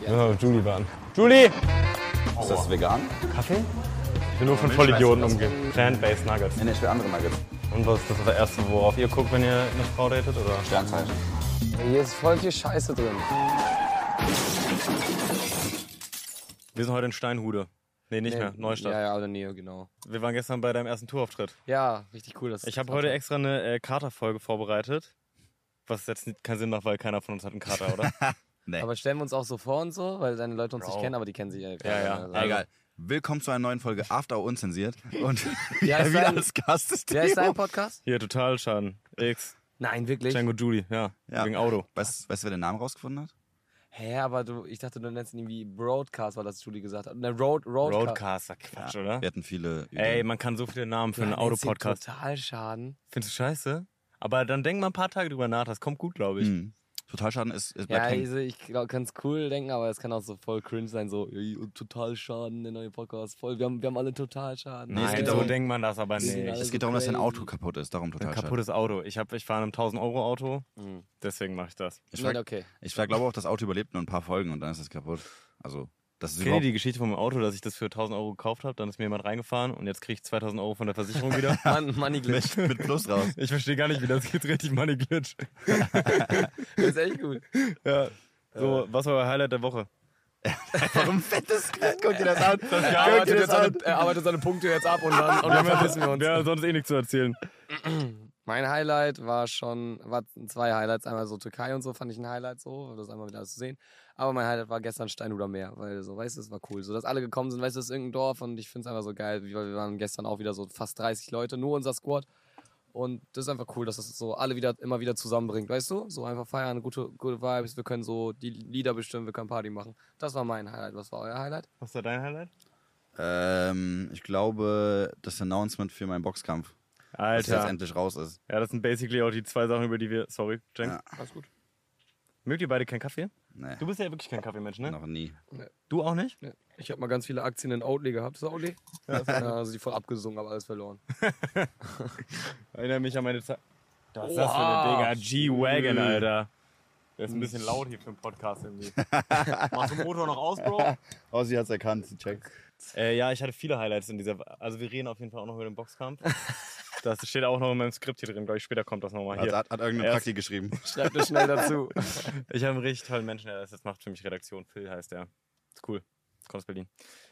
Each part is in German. Müssen wir mit Julie warten. Julie! Ist das vegan? Kaffee? Ich will nur von Vollidioten umgehen. Plant-based Nuggets. Nee, nee, ich will andere Nuggets. Und was ist das das Erste, worauf ihr guckt, wenn ihr eine Frau datet? Oder? Sternzeichen. Hier ist voll viel Scheiße drin. Wir sind heute in Steinhude. Nee, nicht mehr. Neustadt. Ja, ja, oder Neo, genau. Wir waren gestern bei deinem ersten Tourauftritt. Ja, richtig cool. Dass Ich habe heute extra eine äh, Katerfolge vorbereitet. Was jetzt nicht- keinen Sinn macht, weil keiner von uns hat einen Kater, oder? Aber stellen wir uns auch so vor und so, weil deine Leute uns Bro. nicht kennen, aber die kennen sich ja. Ja, ja. Also, Egal. Willkommen zu einer neuen Folge After Hour Unzensiert. Und Ja, ist wieder ein- als Gast ist Wer ist Theo. dein Podcast? Hier, total Schaden. X, Nein, wirklich. Hä, Django Julie, ja. Ja. Wegen Auto. Weißt, weißt du, wer den Namen rausgefunden hat? aber du, ich dachte, du nennst ihn irgendwie Broadcast, weil das Julie gesagt hat. Ne, Road, Roadcast. Roadcaster, Quatsch, oder? Wir hatten viele. Ey, man kann so viele Namen für einen Ja, nennst ihn Autopodcast. Total Schaden. Findest du scheiße? Aber dann denk mal ein paar Tage drüber nach, das kommt gut, glaube ich. Mhm. Totalschaden ist, ist Ja, bleibt hängen. also ich kann es cool denken, aber es kann auch so voll cringe sein, so "Ey, und total Schaden, der neue Podcast, voll, wir haben, wir haben alle total Schaden. also, Nee, es Nein, geht so darum- denkt man das aber sind nicht. alle Es so geht darum, dass dein crazy. Auto kaputt ist. Darum Ein Totalschaden. kaputtes Auto. Ich, hab, ich fahre einem 1000-Euro-Auto, Mhm. deswegen mache ich das. Ich, Nein, frag- okay. ich frag- glaube auch, das Auto überlebt nur ein paar Folgen und dann ist es kaputt. Also, das ist Ich kenne überhaupt. die Geschichte vom Auto, dass ich das für 1000 Euro gekauft habe, dann ist mir jemand reingefahren und jetzt kriege ich 2000 Euro von der Versicherung wieder. Mann, Money Glitch. mit, mit Plus raus. Ich verstehe gar nicht, wie das geht. Richtig Money Glitch. Das ist echt gut. Ja. So, was war euer Highlight der Woche? Warum fettes Geld? Guck dir das an. Das Er arbeitet, jetzt seine, er arbeitet seine Punkte jetzt ab und dann, und dann verpissen Oh, wir uns. Wir haben sonst eh nichts zu erzählen. Mein Highlight war schon, war zwei Highlights. Einmal so Türkei und so fand ich ein Highlight so, um das einmal wieder alles zu sehen. Aber mein Highlight war gestern Steinhuder Meer, weil so, weißt du, es war cool. So, dass alle gekommen sind, weißt du, es ist irgendein Dorf und ich finde es einfach so geil. wie- weil Wir waren gestern auch wieder so fast 30 Leute, nur unser Squad. Und das ist einfach cool, dass das so alle wieder immer wieder zusammenbringt, weißt du? So einfach feiern, gute, gute Vibes, wir können so die Lieder bestimmen, wir können Party machen. Das war mein Highlight. Was war euer Highlight? Was war dein Highlight? Ähm, ich glaube, das Announcement für meinen Boxkampf, dass er jetzt Alter. endlich raus ist. Ja, das sind basically auch die zwei Sachen, über die wir. Sorry, Cenk. Ja. Alles gut. Mögt ihr beide keinen Kaffee? Nee, Du bist ja wirklich kein Kaffeemensch, ne? noch nie. Du auch nicht? Ich habe mal ganz viele Aktien in Outlay gehabt. Ist das Outlay? Ja, also die voll abgesungen, aber alles verloren. Erinnere mich an meine Zeit. Was ist das für Oha. eine Digga? G-Wagon, Alter. Der ist ein bisschen laut hier für einen Podcast irgendwie. Machst du den Motor noch aus, Bro? Oh, sie hat's erkannt, sie checkt. Äh, ja, ich hatte viele Highlights in dieser. Also, wir reden auf jeden Fall auch noch über den Boxkampf. Das steht auch noch in meinem Skript hier drin, glaube ich. Später kommt das nochmal Hat, hier. hat, hat irgendeine Erst- Praktik geschrieben. Schreibt es schnell dazu. Ich habe einen richtig tollen Menschen, der das jetzt macht für mich. Redaktion. Phil heißt der. Ist cool. Kommt aus Berlin.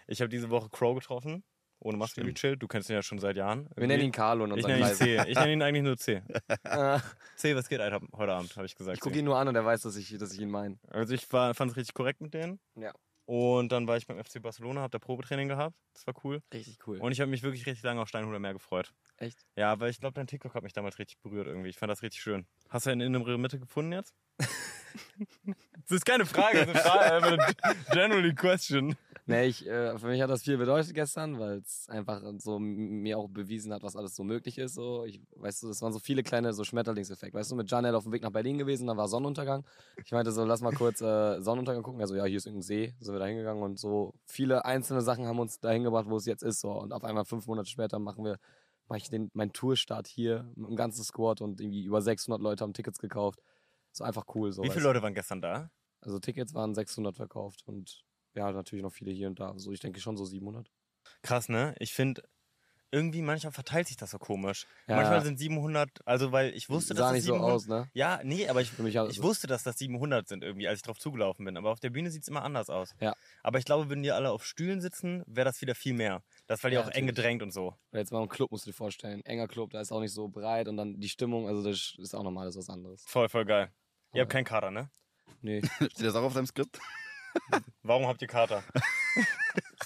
Ich habe diese Woche Crow getroffen. Ohne Maske Stimmt. gechillt. Du kennst ihn ja schon seit Jahren. Wir nennen ihn Carlo in Ich unserem nenne ihn Kreis. C. Ich nenne ihn eigentlich nur C. Äh, C, was geht Alter, heute Abend, habe ich gesagt. Ich gucke C. ihn nur an und er weiß, dass ich, dass ich ihn meine. Also ich fand es richtig korrekt mit denen. Ja. Und dann war ich beim FC Barcelona, habe da Probetraining gehabt. Das war cool. Richtig cool. Und ich habe mich wirklich richtig lange auf Steinhuder Meer gefreut. Echt? Ja, weil ich glaube, dein TikTok hat mich damals richtig berührt irgendwie. Ich fand das richtig schön. Hast du einen innere Mitte gefunden jetzt? das ist keine Frage, das ist eine Frage, einfach eine generally question. Nee, ich, äh, für mich hat das viel bedeutet gestern, weil es einfach so m- mir auch bewiesen hat, was alles so möglich ist. So. Ich, weißt du, das waren so viele kleine so Schmetterlingseffekte. Weißt du, mit Janel auf dem Weg nach Berlin gewesen, da war Sonnenuntergang. Ich meinte so, lass mal kurz äh, Sonnenuntergang gucken. Also ja, hier ist irgendein See, sind wir da hingegangen und so viele einzelne Sachen haben uns dahin gebracht, wo es jetzt ist. So. Und auf einmal fünf Monate später machen wir, mache ich den, meinen Tourstart hier mit dem ganzen Squad und irgendwie über 600 Leute haben Tickets gekauft. So einfach cool. So, Wie weißt viele du. Leute waren gestern da? Also Tickets waren 600 verkauft und ja, natürlich noch viele hier und da. So, ich denke schon so 700. Krass, ne? Ich finde, irgendwie manchmal verteilt sich das so komisch. Ja. Manchmal sind 700, also weil ich wusste, dass Sah es nicht so 700 aus, ne? Ja, nee, aber ich, Für mich hat ich Also es- wusste, dass das 700 sind irgendwie, als ich drauf zugelaufen bin. Aber auf der Bühne sieht es immer anders aus. Ja. Aber ich glaube, wenn die alle auf Stühlen sitzen, wäre das wieder viel mehr. Das, weil die Ja, auch eng natürlich. gedrängt und so. Weil jetzt mal im Club musst du dir vorstellen. Enger Club, da ist auch nicht so breit und dann die Stimmung, also das ist auch nochmal alles was anderes. Voll, voll geil. Ihr Ja. habt keinen Kater, ne? Nee, Steht das auch auf deinem Skript? Warum habt ihr Kater?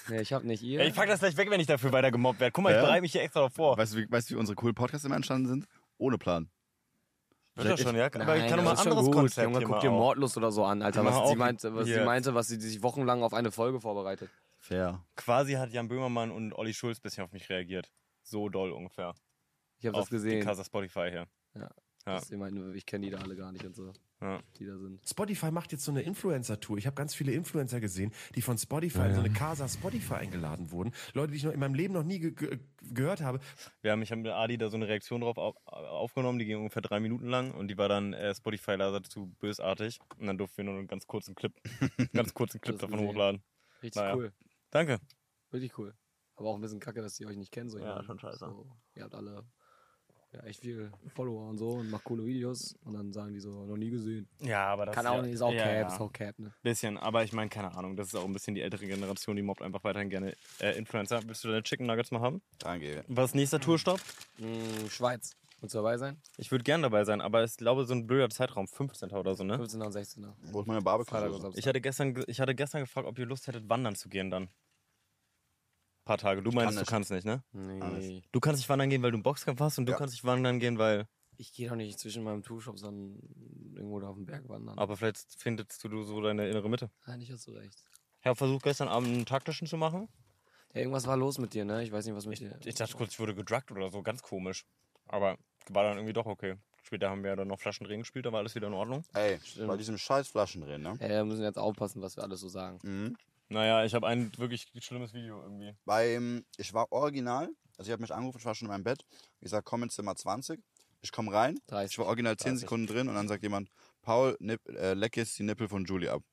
nee ich hab nicht ihr. Ey, ich pack das gleich weg, wenn ich dafür weiter gemobbt werde. Guck mal, ich Ja? bereite mich hier extra drauf vor. Weißt du, wie, weißt du, wie unsere coolen Podcasts immer entstanden sind? Ohne Plan. Wird das Ich- schon, ja? Nein, aber ich kann das noch mal ein ist schon anderes gut. Konzept Junge, hier guck mal dir auf. Mortlust oder so an, Alter. Mach Was sie, auch meinte, was sie hier. meinte, was sie sich wochenlang auf eine Folge vorbereitet. Fair. Quasi hat Jan Böhmermann und Olli Schulz ein bisschen auf mich reagiert. So doll ungefähr. Ich habe auf das gesehen. Die Casa Spotify hier. Ja. Ja. Dass die meinten, ich kenne die da alle gar nicht und so, Ja. die da sind. Spotify macht jetzt so eine Influencer-Tour. Ich habe ganz viele Influencer gesehen, die von Spotify in so eine Casa Spotify eingeladen wurden. Leute, die ich noch in meinem Leben noch nie ge ge gehört habe. Wir haben, ich habe mit Adi da so eine Reaktion drauf auf, aufgenommen, die ging ungefähr drei Minuten lang und die war dann äh, Spotify leider zu bösartig. Und dann durften wir nur einen ganz kurzen Clip, einen ganz kurzen Clip Das davon gesehen. hochladen. Richtig Naja. cool, Danke. wirklich cool. Aber auch ein bisschen kacke, dass die euch nicht kennen. So, ich Ja, meine, schon scheiße. So, ihr habt alle ja, echt viel Follower und so und macht coole Videos und dann sagen die so, noch nie gesehen. Ja, aber das Kann auch ja, nicht, ist auch ja, Cap, ja. ist auch Cap, ne? Bisschen, aber ich meine, keine Ahnung, das ist auch ein bisschen die ältere Generation, die mobbt einfach weiterhin gerne äh, Influencer. Willst du deine Chicken Nuggets mal haben? Danke. Was ist nächster Tourstopp? Mhm. Mm, Schweiz. Willst du dabei sein? Ich würde gern dabei sein, aber ich glaube, so ein blöder Zeitraum, 15. oder so, ne? 15er und 16er. Wo ist meine Freitag und Barbecue? Samstag. Ich hatte, gestern, ge- ich hatte gestern gefragt, ob ihr Lust hättet, wandern zu gehen dann. paar Tage. Du meinst, kann du nicht. kannst nicht, ne? nee. Du kannst nicht wandern gehen, weil du im Boxkampf hast und du Ja. kannst nicht wandern gehen, weil. Ich gehe doch nicht zwischen meinem Tourshop, sondern irgendwo da auf dem Berg wandern. Aber vielleicht findest du so deine innere Mitte. Eigentlich hast du recht. Ich habe versucht, gestern Abend einen taktischen zu machen. Ja, irgendwas war los mit dir, ne? Ich weiß nicht, was mit dir. Ich dachte kurz, ich wurde gedruckt oder so, ganz komisch. Aber war dann irgendwie doch okay. Später haben wir dann noch Flaschendrehen gespielt, da war alles wieder in Ordnung. Ey, Stimmt. bei diesem scheiß Flaschendrehen, ne? Ey, da müssen wir jetzt aufpassen, was wir alles so sagen. Mhm. Naja, ich habe ein wirklich schlimmes Video irgendwie. Beim, ich war original, also ich habe mich angerufen, ich war schon in meinem Bett. Ich sag, komm ins Zimmer 20. Ich komme rein. 30. Ich war original 10 Sekunden drin und dann sagt jemand, Paul, nipp, äh, leck jetzt die Nippel von Julie ab.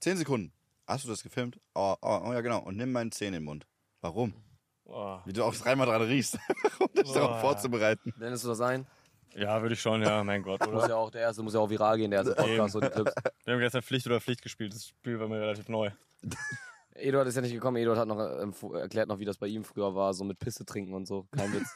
10 Sekunden. Hast du das gefilmt? Oh, oh, oh ja, genau. Und nimm meinen Zehen in den Mund. Warum? Oh. Wie du auch dreimal dran riechst, um dich darauf vorzubereiten. Blendest du das ein? Ja, würde ich schon, ja, mein Gott, Muss oder? ja auch, der erste muss ja auch viral gehen, der erste Podcast und die Clips. Wir haben gestern Pflicht oder Pflicht gespielt, das Spiel war mir relativ neu. Eduard ist ja nicht gekommen. Eduard hat noch äh, empf- erklärt noch, wie das bei ihm früher war, so mit Pisse trinken und so. Kein Witz.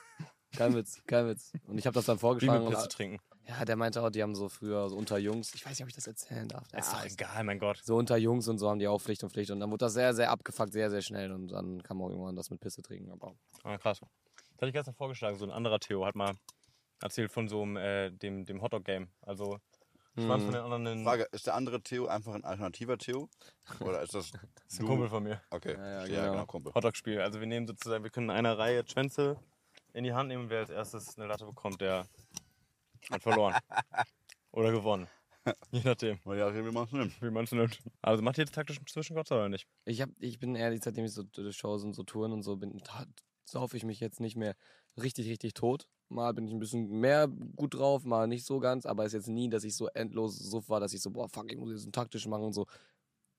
Kein Witz, kein Witz. Und ich habe das dann Wie vorgeschlagen. mit Und, Pisse trinken. ja, der meinte auch, die haben so früher so unter Jungs. Ich weiß nicht, ob ich das erzählen darf. Ist Ja, doch egal, mein Gott. so unter Jungs und so haben die auch Pflicht und Pflicht. Und dann wurde das sehr, sehr abgefuckt, sehr, sehr schnell. Und dann kam auch irgendwann das mit Pisse trinken. Aber Ah, krass. Das hatte ich gestern vorgeschlagen. So ein anderer Theo hat mal erzählt von so einem, äh, dem, dem Hotdog-Game. Also, ich war von den anderen ein, Frage, ist der andere Theo einfach ein alternativer Theo? Oder ist das ist ein Kumpel von mir. Okay, Ja, ja, ja, genau. genau. Kumpel. Hotdog-Spiel. Also, wir nehmen sozusagen, wir können in einer Reihe Schwänze in die Hand nehmen und wer als erstes eine Latte bekommt, der hat verloren. oder gewonnen. Je nachdem, Oh Ja, wie machst du denn? wie man es nimmt. Also, macht ihr jetzt taktischen Zwischenkotzen oder nicht? Ich hab, ich bin ehrlich, seitdem ich so äh, Shows und so Touren und so bin, da sauf ich mich jetzt nicht mehr richtig, richtig tot. Mal bin ich ein bisschen mehr gut drauf, mal nicht so ganz, aber es ist jetzt nie, dass ich so endlos suff war, dass ich so, boah, fuck, ich muss jetzt einen taktischen machen und so.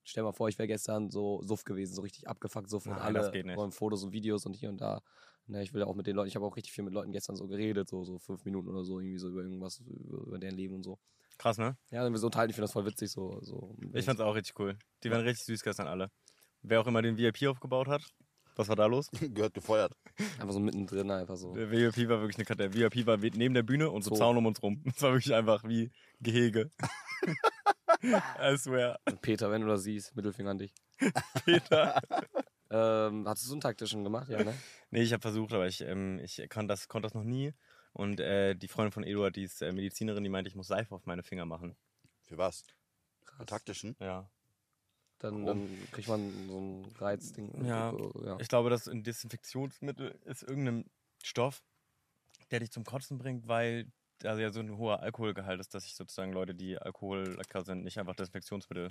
Stell mal vor, ich wäre gestern so suff gewesen, so richtig abgefuckt suff und Nein, alle das geht nicht. wollen Fotos und Videos und hier und da. Na, ich will ja auch mit den Leuten, ich habe auch richtig viel mit Leuten gestern so geredet, so, so fünf Minuten oder so, irgendwie so über irgendwas, über, über deren Leben und so. Krass, ne? Ja, wenn wir so unterhalten, ich finde das voll witzig, so. so Ich fand's auch richtig cool. Die waren richtig süß gestern alle. Wer auch immer den VIP aufgebaut hat, was war da los? Gehört gefeuert. Einfach so mittendrin, einfach so. Der VIP war wirklich eine Karte. Der VIP war we- neben der Bühne und so, So. Zaun um uns rum. Es war wirklich einfach wie Gehege. I swear. Peter, wenn du das siehst, Mittelfinger an dich. Peter. Ähm, hattest du einen taktischen gemacht? Ja, ne? Nee, ich habe versucht, aber ich, ähm, ich kann das, konnte das noch nie. Und äh, die Freundin von Eduard, die ist äh, Medizinerin, die meinte, ich muss Seife auf meine Finger machen. Für was? Für Krass. taktischen? Ja. Dann, dann kriegt man so ein Reizding. Ja. ja. Ich glaube, das ein Desinfektionsmittel ist irgendein Stoff, der dich zum Kotzen bringt, weil da ja so ein hoher Alkoholgehalt ist, dass sich sozusagen Leute, die Alkoholiker sind, nicht einfach Desinfektionsmittel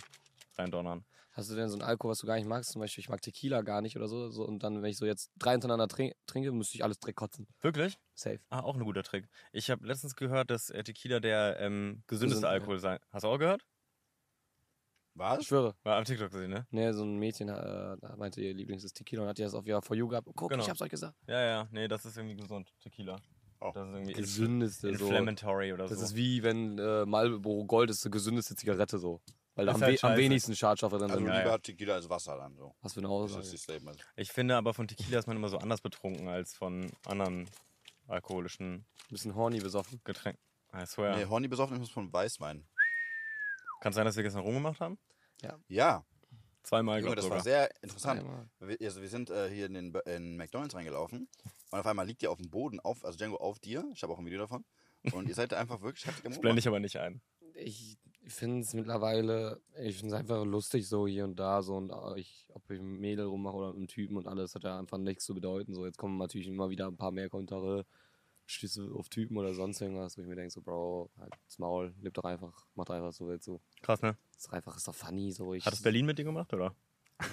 reindonnern. Hast du denn so ein Alkohol, was du gar nicht magst? Zum Beispiel, ich mag Tequila gar nicht oder so. so und dann, wenn ich so jetzt drei hintereinander trink, trinke, müsste ich alles direkt kotzen. Wirklich? Safe. Ah, auch ein guter Trick. Ich habe letztens gehört, dass äh, Tequila der ähm, gesündeste Gesund, ne? ja. Alkohol sein. Hast du auch gehört? Ich Was? schwöre. War am TikTok gesehen, ne? Ne, so ein Mädchen äh, da meinte, ihr Lieblings ist Tequila und hat ihr das auf ihrer For You gehabt. Guck, Genau. ich hab's euch gesagt. Ja, ja. Nee, das ist irgendwie gesund. Tequila. Oh. Das ist irgendwie Gesündeste. So. inflammatory oder Das so. ist wie wenn äh, Marlboro Gold ist die gesündeste Zigarette so. Weil da Ist am, halt we am scheiße. wenigsten Schadstoffe drin Also sind. ja. lieber Tequila als Wasser dann so. Was für eine Das Aussage. ist die Statement. ich finde aber von Tequila ist man immer so anders betrunken als von anderen alkoholischen Ein bisschen horny besoffen. Getränken. I swear. Nee, Horny besoffen ist von Weißwein. Kann sein, dass wir gestern rumgemacht haben? Ja, Zweimal, Junge, glaube ich. das sogar. war sehr interessant. Einmal. Wir, also wir sind äh, hier in, den, in McDonalds reingelaufen und auf einmal liegt ihr auf dem Boden, auf, also Django auf dir. Ich habe auch ein Video davon. Und ihr seid da einfach wirklich heftig am Das blende ich aber nicht ein. ich finde es mittlerweile, ich finde es einfach lustig so hier und da so und auch ich, ob ich mit einem Mädel rummache oder mit einem Typen und alles hat ja einfach nichts zu bedeuten. So jetzt kommen natürlich immer wieder ein paar mehr Kommentare. Stöße auf Typen oder sonst irgendwas, wo ich mir denke, so, Bro, halt's Maul, leb doch einfach, mach doch einfach so, willst du. Krass, ne? Ist doch einfach, ist doch funny, so. Ich, Hat es Berlin mit dir gemacht, oder?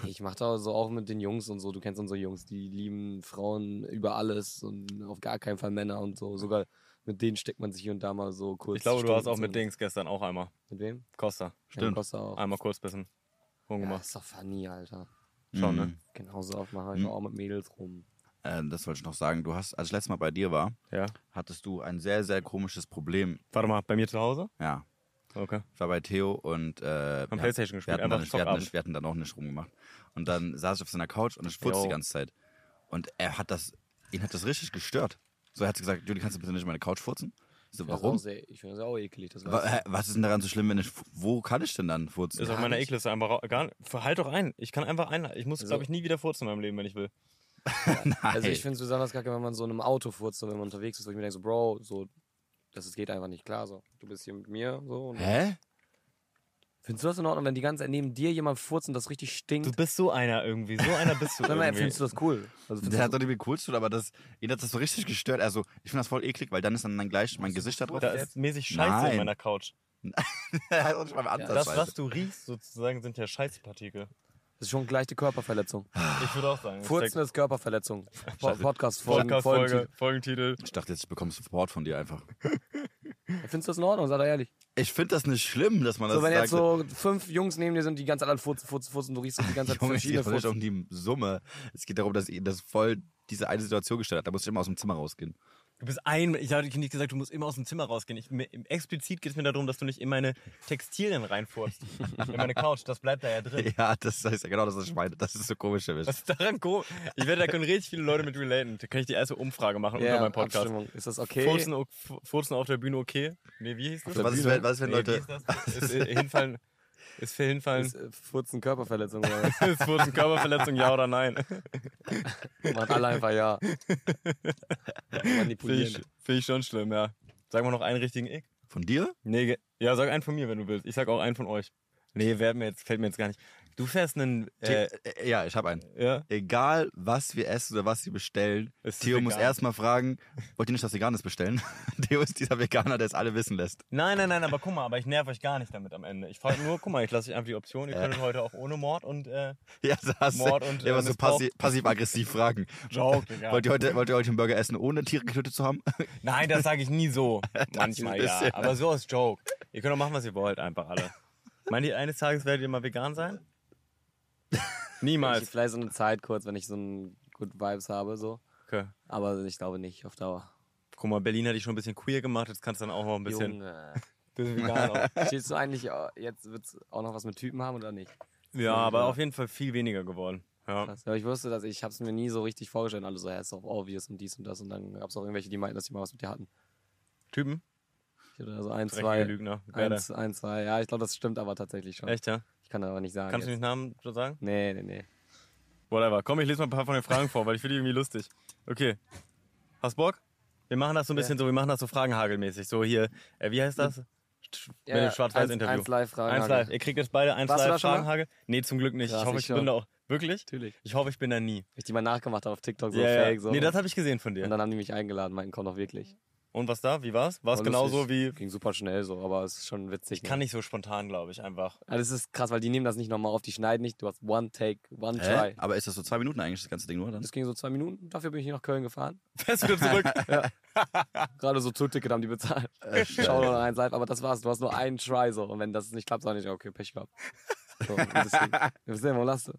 Ich mach da so auch mit den Jungs und so, du kennst unsere Jungs, die lieben Frauen über alles und auf gar keinen Fall Männer und so. Sogar mit denen steckt man sich hier und da mal so kurz. Ich glaube, du warst Stunden auch mit zu. Dings gestern auch einmal. Mit wem? Costa. Stimmt. Costa auch. Einmal kurz bisschen Ja, rumgemacht. ist doch funny, Alter. Schon, ne? Mhm. Genauso oft mache ich Hm. auch mit Mädels rum. Ähm, das wollte ich noch sagen. Du hast, als ich letztes Mal bei dir war, Ja. hattest du ein sehr, sehr komisches Problem. Warte mal, bei mir zu Hause? Ja, Okay. ich war bei Theo und äh, wir, Haben Playstation wir, gespielt, hatten dann, einfach nicht- wir, hatten Zockabend. nicht, wir hatten dann auch nicht rumgemacht. Und dann saß ich auf seiner Couch und ich furz Jo. die ganze Zeit. Und er hat das, ihn hat das richtig gestört. So, er hat gesagt, Juli, kannst du bitte nicht meine Couch furzen? Ich so, Ich find's warum? auch sehr- Ich finde das auch eklig. Das Wa- weißt hä, Was ist denn daran so schlimm, wenn ich, fu- wo kann ich denn dann furzen? Ist auf Gar meiner nicht. Ekliste einfach rau- gar nicht. Halt doch ein. Ich kann einfach ein. Ich muss, Also- glaube ich, nie wieder furzen in meinem Leben, wenn ich will. Nein. du. also ich finde es besonders kacke, wenn man so in einem Auto furzt und wenn man unterwegs ist, wo ich mir denke, so, Bro, so, das ist- geht einfach nicht klar. So, du bist hier mit mir, so. Und Hä? Findest du das in Ordnung, wenn die ganze Zeit neben dir jemand furzt und das richtig Du stinkt? bist so einer irgendwie. So einer bist du Sag mal, irgendwie. findest du das cool? Also, findest Der du- hat doch nicht viel cool zu tun, aber das, ihn hat das so richtig gestört. Also, ich finde das voll eklig, weil dann ist dann, dann gleich mein Gesicht da drauf. Da ist mäßig Scheiße in Nein. meiner Couch. Er hat auch nicht mal Das, anders. was du riechst, sozusagen, sind ja Scheißpartikel. das ist schon gleich eine Körperverletzung. Ich würde auch sagen. es Furzen steckt- ist Körperverletzung. Po Scheiße. Podcast-Folgen. Podcast-Folge, Folgen- Folgentitel. ich dachte jetzt, ich bekomme Support von dir einfach. Findest du das in Ordnung? Sei doch ehrlich. Ich finde das nicht schlimm, dass man das So, wenn sagt. jetzt so fünf Jungs neben dir sind, die ganz alle furzen, furzen, furzen, du riechst so die ganze Zeit Junge, es verschiedene geht doch nicht Furzen. um die Summe. Es geht darum, dass ihn das voll diese eine Situation gestört hat. Da muss ich immer aus dem Zimmer rausgehen. Du bist ein. Ich habe nicht gesagt, du musst immer aus dem Zimmer rausgehen. Ich, mir, explizit geht es mir darum, dass du nicht in meine Textilien reinfurzt. in meine Couch. Das bleibt da ja drin. Ja, das heißt ja genau das, was ich meine. Das ist so komisch erwischt. Was ist daran komisch? Ich werde, da können richtig viele Leute mit relaten. Da kann ich die erste Umfrage machen Ja, unter meinem Podcast. Abstimmung. Ist das okay? Furzen, o- fu- furzen auf der Bühne okay? Nee, wie hieß das? Was ist, wenn, was ist, wenn nee, Wie Leute. hieß das? Ist, äh, hinfallen. Ist für hinfallen. Ist, äh, Furzen Körperverletzung oder was? Ist Furzen Körperverletzung, ja oder nein? Macht alle einfach ja. Finde ich, Manipulieren. find ich schon schlimm, ja. Sag mal noch einen richtigen Ick. Von dir? Nee, ge- ja, sag einen von mir, wenn du willst. Ich sag auch einen von euch. Nee, wer mir jetzt, fällt mir jetzt gar nicht. Du fährst einen. Äh, Äh, äh, ja, ich habe einen. ja? Egal, was wir essen oder was sie bestellen, Es ist Theo muss vegan. erstmal fragen, wollt ihr nicht was Veganes bestellen? Theo ist dieser Veganer, der es alle wissen lässt. Nein, nein, nein, aber guck mal, aber ich nerv euch gar nicht damit am Ende. Ich frage nur, guck mal, ich lasse euch einfach die Option, ihr könntet heute auch ohne Mord und äh, Ja, so hast du- Mord und, ja, äh, aber so Missbrauch. passi passiv-aggressiv fragen. Joke, Digga. Wollt, ihr heute, wollt ihr heute einen Burger essen, ohne Tiere getötet zu haben? Nein, das sage ich nie so. Manchmal ein ja. bisschen. Aber so als Joke. Ihr könnt doch machen, was ihr wollt, einfach alle. Meint ihr, eines Tages werdet ihr mal vegan sein? Ich Niemals. vielleicht so eine Zeit kurz, wenn ich so ein Good Vibes habe, so. Okay. Aber ich glaube nicht, auf Dauer. Guck mal, Berlin hat dich schon ein bisschen queer gemacht, jetzt kannst du dann auch noch ein bisschen, Junge. bisschen vegan auch. Stehst du eigentlich, äh, jetzt wird's auch noch was mit Typen haben oder nicht? Ja, aber auf jeden Fall viel weniger geworden. Ja. Krass. Aber ich wusste, dass ich hab's mir nie so richtig vorgestellt. Alle so, ja, ist doch obvious und dies und das. Und dann gab's auch irgendwelche, die meinten, dass die mal was mit dir hatten. Typen? Ich hatte also ein, Dreckige zwei. Lügner. Wer da? Eins, ein, zwei. Ja, ich glaube, das stimmt aber tatsächlich schon. Echt, ja? Ich kann aber nicht sagen. Kannst du jetzt. nicht Namen so sagen? Nee, nee, nee. Whatever. Komm, ich lese mal ein paar von den Fragen vor, weil ich finde die irgendwie lustig. Okay. Hast Bock? Wir machen das so ein bisschen so, wir machen das so fragenhagelmäßig. So hier, äh, wie heißt das? Sch- Mit dem Schwarz-Weiß-Interview. Eins, eins live fragen. Eins live. Ihr kriegt jetzt beide eins Warst du live da schon mal? Fragenhagel. Nee, zum Glück nicht. Krass, ich hoffe, ich ich bin schon. da auch. Wirklich? Natürlich. Ich hoffe, ich bin da nie. Ich die mal nachgemacht habe auf TikTok, so Ja, ja. fake. So. Nee, das habe ich gesehen von und dir. dann haben die mich eingeladen, meinten, komm doch wirklich. Und was da? Wie war's? War es War genauso wie. lustig. Ging super schnell so, aber es ist schon witzig. ne? Ich kann nicht so spontan, glaube ich, einfach. Also es ist krass, weil die nehmen das nicht nochmal auf, die schneiden nicht. Du hast one take, one Hä? try. Aber ist das so zwei Minuten eigentlich, das ganze Ding nur dann? Das ging so zwei Minuten, dafür bin ich nach Köln gefahren. Fährst wieder zurück. Gerade so Tourticket haben die bezahlt. äh, Schau noch eins live, aber das war's. Du hast nur einen Try so. Und wenn das nicht klappt, sag ich, okay, Pech gehabt. So, und deswegen, wir wissen ja, wo lass du.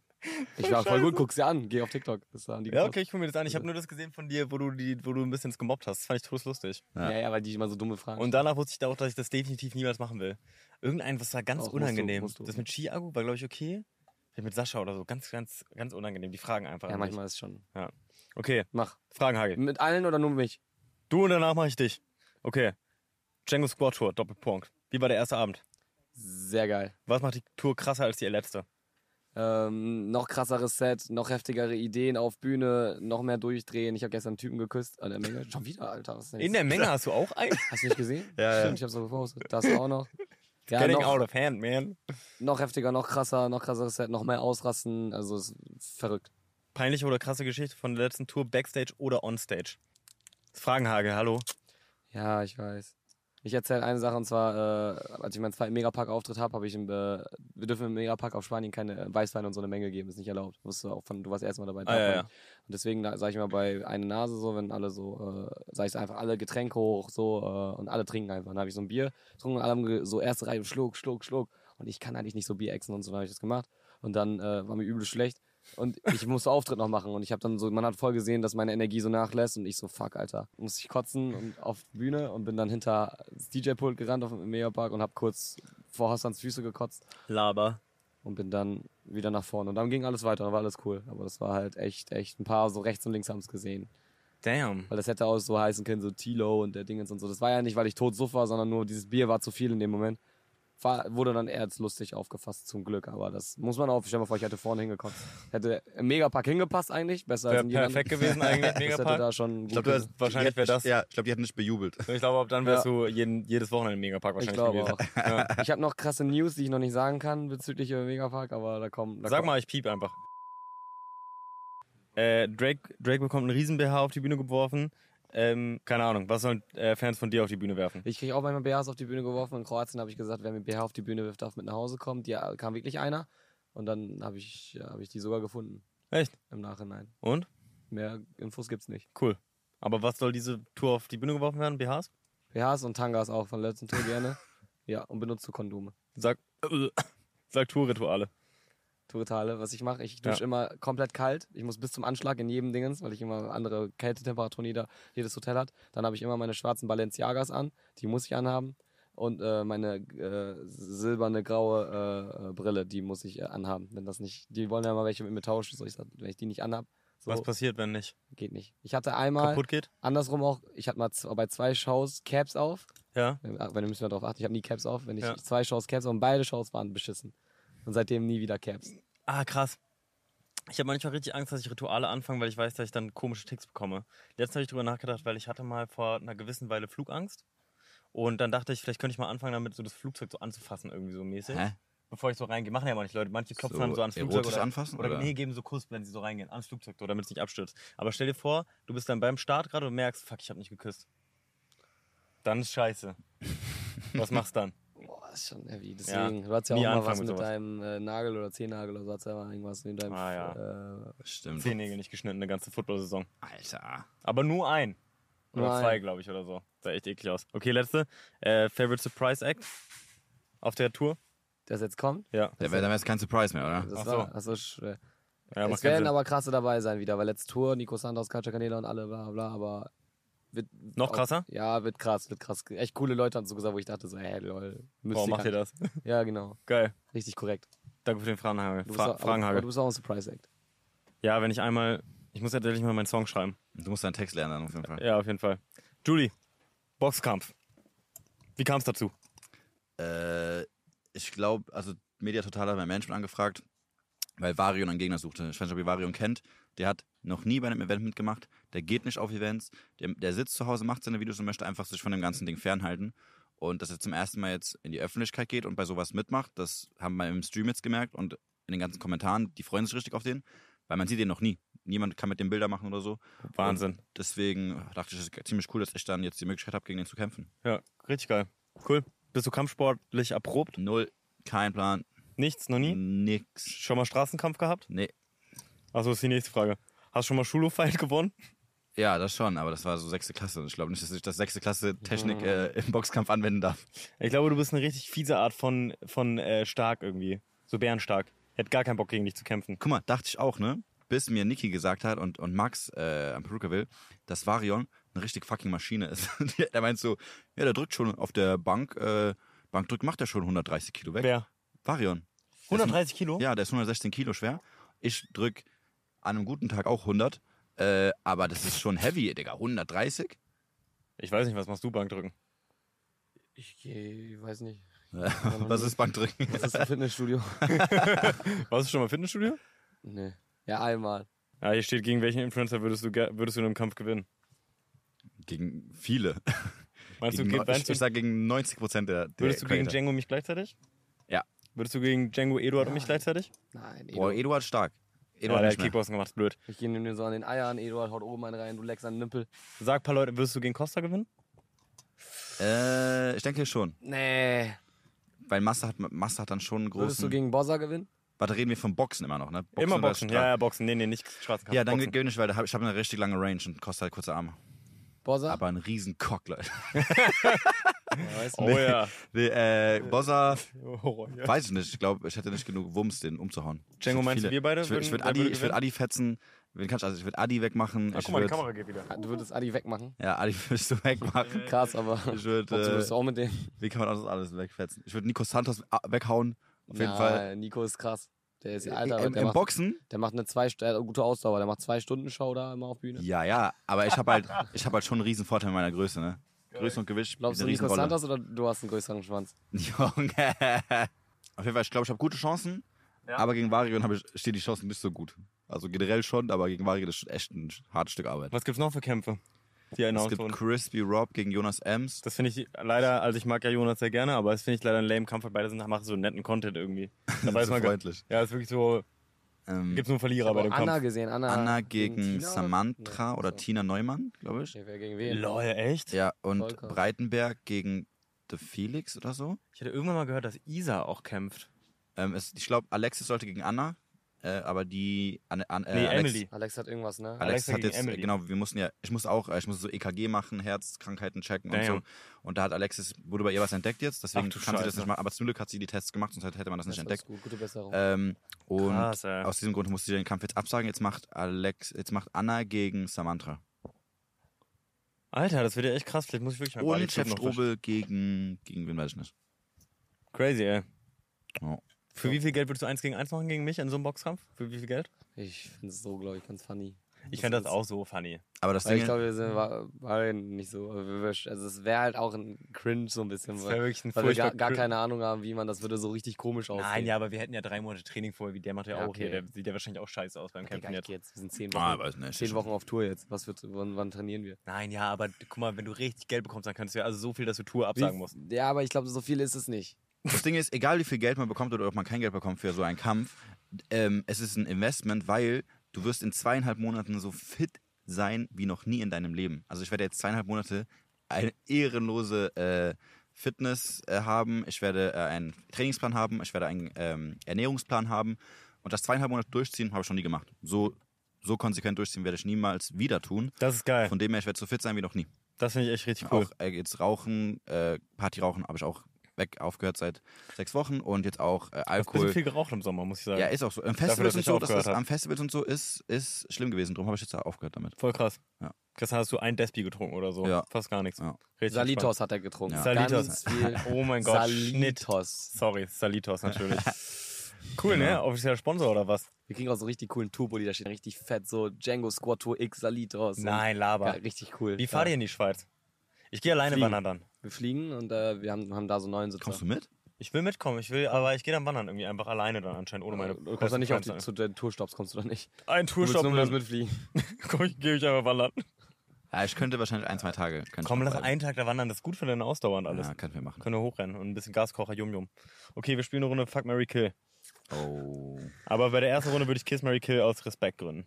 Ich war voll gut, guck's dir an, geh auf TikTok. Das haben die ja, gepostet. okay, ich gucke mir das an. Ich habe nur das gesehen von dir, wo du, die, wo du ein bisschen gemobbt hast. Das fand ich todeslustig. Ja. Ja, ja, weil die immer so dumme Fragen. Und danach wusste ich da auch, dass ich das definitiv niemals machen will. Irgendein, was war ganz Doch, musst du, unangenehm. musst du. Das mit Chiago war, glaube ich, okay. Vielleicht Mit Sascha oder so. Ganz, ganz, ganz unangenehm. Die fragen einfach. ja, an mich. manchmal ist schon. Okay, Mach. Fragenhagel. Mit allen oder nur mich? Du und danach mache ich dich. Okay. Django Squad Tour, Doppelpunkt. Wie war der erste Abend? Sehr geil. Was macht die Tour krasser als die letzte? Ähm, noch krasseres Set, noch heftigere Ideen auf Bühne, noch mehr durchdrehen. Ich habe gestern einen Typen geküsst an der Menge. Schon wieder, Alter. Was ist denn In jetzt? der Menge hast du auch einen? Hast du nicht gesehen? Ja, ja. Stimmt, ich habe so gepostet. Das auch noch. Ja, Getting out noch, of hand, man. noch heftiger, noch krasser, noch krasseres Set, noch mehr ausrasten. Also es ist verrückt. Peinliche oder krasse Geschichte von der letzten Tour, Backstage oder Onstage? Fragenhage, hallo. Ja, ich weiß. Ich erzähle eine Sache und zwar, äh, als ich meinen zweiten Megapark-Auftritt habe, habe ich im, äh, wir dürfen im Megapark auf Spanien keine äh, Weißweine und so eine Menge geben, ist nicht erlaubt. Wusstest du auch von, du warst erstmal dabei. Ah, darf ja, man ja. nicht. Und deswegen sage ich mal bei einer Nase so, wenn alle so, äh, sage ich einfach alle Getränke hoch so äh, und alle trinken einfach. Dann habe ich so ein Bier getrunken und alle haben ge- so erste Reihe Schluck, Schluck, Schluck. Und ich kann eigentlich nicht so Bier exen und so, dann habe ich das gemacht. Und dann äh, war mir übel schlecht. Und ich musste Auftritt noch machen und ich habe dann so, man hat voll gesehen, dass meine Energie so nachlässt und ich so, fuck, Alter, muss ich kotzen und auf Bühne und bin dann hinter das DJ-Pult gerannt auf dem Megapark und habe kurz vor Hassans Füße gekotzt Laber. und bin dann wieder nach vorne. Und dann ging alles weiter, dann war alles cool. Aber das war halt echt, echt ein paar so rechts und links haben es gesehen. Damn. Weil das hätte auch so heißen können, so Tilo und der Dingens und so. Das war ja nicht, weil ich tot suff war, sondern nur dieses Bier war zu viel in dem Moment. War, wurde dann eher als lustig aufgefasst, zum Glück. Aber das muss man auf. Stell dir mal vor, ich hätte vorne hingekotzt. Hätte im Megapark hingepasst eigentlich. Besser als Wäre in jedem perfekt anderen. gewesen eigentlich, also Das hätte da Megapark. schon Ich glaube, du hast- wahrscheinlich wäre das. Ja, ich glaube, die hätten nicht bejubelt. Ich glaube, ab dann wärst du jeden, jedes Wochenende im Megapark ich wahrscheinlich glaube auch. gewesen. Ja. Ich habe noch krasse News, die ich noch nicht sagen kann bezüglich äh, Megapark, aber da kommen. Da Sag kommen. mal, ich piep einfach. Äh, Drake, Drake bekommt einen Riesen-BH auf die Bühne geworfen. Ähm, keine Ahnung, was sollen äh, Fans von dir auf die Bühne werfen? Ich kriege auch manchmal BHs auf die Bühne geworfen. In Kroatien habe ich gesagt, wer mir BH auf die Bühne wirft, darf mit nach Hause kommen. Die äh, kam wirklich einer. Und dann habe ich, ja, hab ich die sogar gefunden. Echt? Im Nachhinein. Und? Mehr Infos gibt's nicht. Cool. Aber was soll diese Tour auf die Bühne geworfen werden? BHs? BHs und Tangas auch von der letzten Tour gerne. Ja, und benutze Kondome. Sag, sag Tourrituale. Tourtale, was ich mache, ich dusche Ja. immer komplett kalt. Ich muss bis zum Anschlag in jedem Dingens, weil ich immer andere Kältetemperaturen jeder, jedes Hotel hat. Dann habe ich immer meine schwarzen Balenciagas an, die muss ich anhaben. Und äh, meine äh, silberne graue äh, äh, Brille, die muss ich äh, anhaben. Wenn das nicht, die wollen ja mal welche mit mir tauschen, so ich sag, wenn ich die nicht anhab, so Was passiert, wenn nicht? geht nicht. Ich hatte einmal Kaputt geht? andersrum auch, ich hatte mal z- bei zwei Shows Caps auf Ja. Wenn, ah, wenn ihr müsst mal drauf achten, ich habe nie Caps auf. Wenn ich Ja. zwei Shows Caps auf und beide Shows waren beschissen. Und seitdem nie wieder Caps. Ah, krass. Ich habe manchmal richtig Angst, dass ich Rituale anfange, weil ich weiß, dass ich dann komische Ticks bekomme. Letztens habe ich drüber nachgedacht, weil ich hatte mal vor einer gewissen Weile Flugangst. Und dann dachte ich, vielleicht könnte ich mal anfangen, damit so das Flugzeug so anzufassen, irgendwie so mäßig. Bevor ich so reingehe, machen ja manche Leute. Manche klopfen So dann so ans Flugzeug. erotisch Oder, anfassen, oder, oder? nee, geben so Kuss, wenn sie so reingehen, ans Flugzeug, so, damit es nicht abstürzt. Aber stell dir vor, du bist dann beim Start gerade und merkst, fuck, ich habe nicht geküsst. Dann ist scheiße. Was machst dann? Boah, ist schon heavy. Ja, Deswegen, du hattest ja auch nie mal anfangen was mit mit sowas. deinem äh, Nagel oder Zehennagel oder so, hast du ja mal irgendwas in deinem. Ah, äh, Stimmt. Zehn Nägel nicht geschnitten, eine ganze Football-Saison. Alter. Aber nur ein. Oder Nur zwei, ein. glaube ich, oder so. Sah echt eklig aus. Okay, letzte. Äh, Favorite Surprise Act auf der Tour? das jetzt kommt. Ja. Da wäre jetzt kein Surprise mehr, oder? Das Ach war, so. das war schwer. ja macht äh, es keinen werden Sinn. aber krasse dabei sein wieder, weil letzte Tour, Nico Santos, Katja Kanäle und alle, bla bla, aber. Wird Noch krasser? Ja, wird krass, wird krass. Echt coole Leute haben so gesagt, wo ich dachte, so, hey, lol. müsst Warum macht ihr das? Ja, genau. Geil. Richtig korrekt. Danke für den Fragenhagel. Du bist Fra auch, aber du Fragenhagel. bist auch ein Surprise-Act. Ja, wenn ich einmal. Ich muss ja tatsächlich mal meinen Song schreiben. Du musst deinen Text lernen, dann auf jeden Fall. Ja, auf jeden Fall. Julie, Boxkampf. Wie kam es dazu? Äh, ich glaube, also Media Total hat mein Management angefragt, weil Varion einen Gegner suchte. Ich weiß nicht, ob ihr Varion kennt. Der hat noch nie bei einem Event mitgemacht. Der geht nicht auf Events. Der, der sitzt zu Hause, macht seine Videos und möchte einfach sich von dem ganzen Ding fernhalten. Und dass er zum ersten Mal jetzt in die Öffentlichkeit geht und bei sowas mitmacht, das haben wir im Stream jetzt gemerkt und in den ganzen Kommentaren, die freuen sich richtig auf den, weil man sieht den noch nie. Niemand kann mit dem Bilder machen oder so. Wahnsinn. Deswegen dachte ich, es ist ziemlich cool, dass ich dann jetzt die Möglichkeit habe, gegen den zu kämpfen. Ja, richtig geil. Cool. Bist du kampfsportlich erprobt? Null, kein Plan, Nichts, noch Hm. nie? nix. Schon mal Straßenkampf gehabt? Nee, Achso, ist die nächste Frage. Hast du schon mal Schulhoffight gewonnen? Ja, das schon, aber das war so sechste Klasse. Ich glaube nicht, dass ich das sechste Klasse Technik äh, im Boxkampf anwenden darf. Ich glaube, du bist eine richtig fiese Art von, von äh, stark irgendwie. So bärenstark. Hätte gar keinen Bock gegen dich zu kämpfen. Guck mal, dachte ich auch, ne? Bis mir Niki gesagt hat und, und Max äh, am Perukaville, dass Varion eine richtig fucking Maschine ist. der meint so, ja, der drückt schon auf der Bank, äh, Bankdrück macht er schon 130 Kilo weg. Wer? Varion. Der ist- 130 Kilo? Ja, der ist 116 Kilo schwer. Ich drück an einem guten Tag auch 100. Äh, aber das ist schon heavy, Digga. 130? Ich weiß nicht, was machst du Bankdrücken? Ich gehe, weiß nicht. Was ist Bankdrücken? Das ist ein Fitnessstudio. Warst du schon mal im Fitnessstudio? Nee. Ja, einmal. Ja, hier steht, gegen welchen Influencer würdest du, ge- würdest du in einem Kampf gewinnen? Gegen viele. Meinst du, Gegen ge- neun- meinst ich, du ich sag gegen 90 Prozent der, der würdest du gegen Creator. Django mich gleichzeitig? Ja. Würdest du gegen Django Eduard und mich gleichzeitig? Nein, Boah, Edo. Eduard stark. Ja, Eduard der nicht hat mehr. Kickboxen gemacht, ist blöd. Ich gehe dir so an den Eiern, Eduard haut oben einen rein, du leckst an den Nippel. Sag ein paar Leute, wirst du gegen Costa gewinnen? Äh, ich denke schon. Nee. Weil Massa hat, Massa hat dann schon einen Würdest du großen. gegen Bossa gewinnen? Warte, reden wir vom Boxen immer noch, ne? Boxen Immer oder Boxen. Stra- Ja, ja, Boxen. Nee, nee, nicht Straßenkampf. Ja, dann Boxen. gewinne ich, weil da hab- ich habe eine richtig lange Range und kostet halt kurze Arme. Bossa? Aber einen riesen Cock, Leute. Ja, weißt du? Oh ja. Nee, äh, Bossa, Oh, ja. weiß ich nicht. Ich glaube, ich hätte nicht genug Wumms, den umzuhauen. Ich Django, würd meinst du, viele- wir beide Ich würde würd würden- wer Adi, würde ich würd gewinnen? Adi fetzen. Wen kannst du, also ich würde Adi wegmachen. Ach, ich guck mal, die würd- Kamera geht wieder. Du würdest Adi wegmachen. Ja, Adi würdest du wegmachen. Krass, aber. Ich würde, Trotzdem würdest du äh, auch mit dem. wie kann man das alles wegfetzen? Ich würde Nico Santos a- weghauen. Auf jeden Na, Fall. Nico ist krass. Der ist Im, alter, aber im, der, macht, Boxen? der macht eine zwei, der hat eine gute Ausdauer. Der macht zwei Stunden Show da immer auf Bühne. Ja, ja. Aber ich habe halt, ich hab halt schon einen riesen Vorteil mit meiner Größe, ne? Größe und Gewicht. Glaubst du eine Nico Riesenrolle. Santos oder du hast einen größeren Schwanz? Junge. Auf jeden Fall, ich glaube, ich habe gute Chancen. Aber gegen Varion habe ich, stehen die Chancen nicht so gut. Also generell schon, aber gegen Varion ist schon echt ein hartes Stück Arbeit. Was gibt's noch für Kämpfe? Die einen Es gibt ausholen? Crispy Rob gegen Jonas Ems. Das finde ich leider, also ich mag ja Jonas sehr gerne, aber das finde ich leider einen lame Kampf, weil beide sind, machen so einen netten Content irgendwie. Da Das weiß ist man gar- freundlich. Ja, ist wirklich so, Ähm, gibt's nur Verlierer bei Aber dem Anna Kampf. gesehen, Anna. Anna gegen Tina Samantha Nee, oder so. Tina Neumann, glaube ich. Nee, wer gegen wen? Lol, echt? Ja, und Voll krass. Breitenberg gegen The Felix oder so. Ich hatte irgendwann mal gehört, dass Isa auch kämpft. Ähm, es, ich glaube, Alexis sollte gegen Anna, äh, aber die. An, an, äh, Nee, Alex, Emily. Alex hat irgendwas, ne? Alexis Alexa hat gegen jetzt, Emily. genau, wir mussten ja, ich musste auch, äh, ich musste so EKG machen, Herzkrankheiten checken und so. Damn. Und da hat Alexis, wurde bei ihr was entdeckt jetzt, deswegen Ach du kann sie das Scheiße. nicht machen. Aber zum Glück hat sie die Tests gemacht, sonst hätte man das Das nicht ist entdeckt. Gut, gute Besserung. Ähm, und Krass, ey. aus diesem Grund musste sie den Kampf jetzt absagen. Jetzt macht Alex, jetzt macht Anna gegen Samantha. Alter, das wird ja echt krass. Vielleicht muss ich wirklich mal Bali Und Club Chef noch versch- Strobel gegen, gegen wen weiß ich nicht. Crazy, ey. Ja. Für wie viel Geld würdest du eins gegen eins machen gegen mich in so einem Boxkampf? Für wie viel Geld? ich finde es so, glaube ich, ganz funny. Ich fände das auch so funny. Aber das Weil Ding ich glaube, wir sind wa- beiden nicht so. aber wir- wir- Also es wäre halt auch ein Cringe so ein bisschen, Das wäre weil, wirklich ein weil wir furchtbar gar, gar cr- keine Ahnung haben, wie man das würde so richtig komisch aussehen. Nein, ja, aber wir hätten ja drei Monate Training vorher, wie der macht ja, Ja, auch okay. hier. Der sieht ja wahrscheinlich auch scheiße aus beim Digga, Kämpfen ich jetzt. geh jetzt. Wir sind zehn Wochen, ah, weiß nicht. zehn Wochen auf Tour jetzt. Was wird, wann, wann trainieren wir? Nein, ja, aber guck mal, wenn du richtig Geld bekommst, dann kannst du ja also so viel, dass du Tour absagen Wie- musst. Ja, aber ich glaube, so viel ist es nicht. Das Ding ist, egal wie viel Geld man bekommt oder ob man kein Geld bekommt für so einen Kampf, ähm, es ist ein Investment, weil du wirst in zweieinhalb Monaten so fit sein wie noch nie in deinem Leben. Also ich werde jetzt zweieinhalb Monate eine ehrenlose äh, Fitness äh, haben, ich werde äh, einen Trainingsplan haben, ich werde einen ähm, Ernährungsplan haben und das zweieinhalb Monate durchziehen habe ich schon nie gemacht. So, so konsequent durchziehen werde ich niemals wieder tun. Das ist geil. Von dem her, ich werde so fit sein wie noch nie. Das finde ich echt richtig cool. Auch äh, jetzt Rauchen, äh, Partyrauchen habe ich auch weg aufgehört seit sechs Wochen und jetzt auch äh, Bisschen Alkohol. viel geraucht im Sommer, muss ich sagen. Ja, ist auch so. Im Dafür, Festivals dass und ich so, das aufgehört ist, hab. am Festivals und so ist, ist schlimm gewesen. Drum habe ich jetzt aufgehört damit. Voll krass. Ja. Gestern hast du ein Despi getrunken oder so. Ja. Fast gar nichts. Ja. Richtig Salitos hat er getrunken. Ja. Salitos. Ganz viel spannend. Oh mein Gott, Schnitt. Salitos. Sorry, Salitos natürlich. cool, ne? Offizieller Sponsor oder was? Wir kriegen auch so einen richtig coolen Turbo-Lieder, steht richtig fett, so Django Squad Tour X Salitos. Und- Nein, Ja, laber. richtig cool. Wie fahrt ihr in die Schweiz? Ich gehe alleine Fliegen. wandern dann. Wir fliegen und äh, wir haben, haben da so neuen Sitzer. Kommst du mit? Ich will mitkommen, ich will, aber ich gehe dann wandern irgendwie einfach alleine dann anscheinend ohne meine. Du kommst besten da nicht auf die, Friends zu den Tourstops, kommst du da nicht. ein. Ein Du willst Tourstopp nur und mit uns dann mitfliegen. komm ich, gehe ich einfach wandern. Ja, ich könnte wahrscheinlich ein, zwei Tage. könnte ich Komm, noch lass bleiben. einen Tag da wandern, das ist gut für deine Ausdauer und alles. Ja, könnten wir machen. Können wir hochrennen und ein bisschen Gaskocher, Yum Yum. Okay, wir spielen eine Runde Fuck Mary Kill. Oh. Aber bei der ersten Runde würde ich Kiss Mary Kill aus Respekt gründen.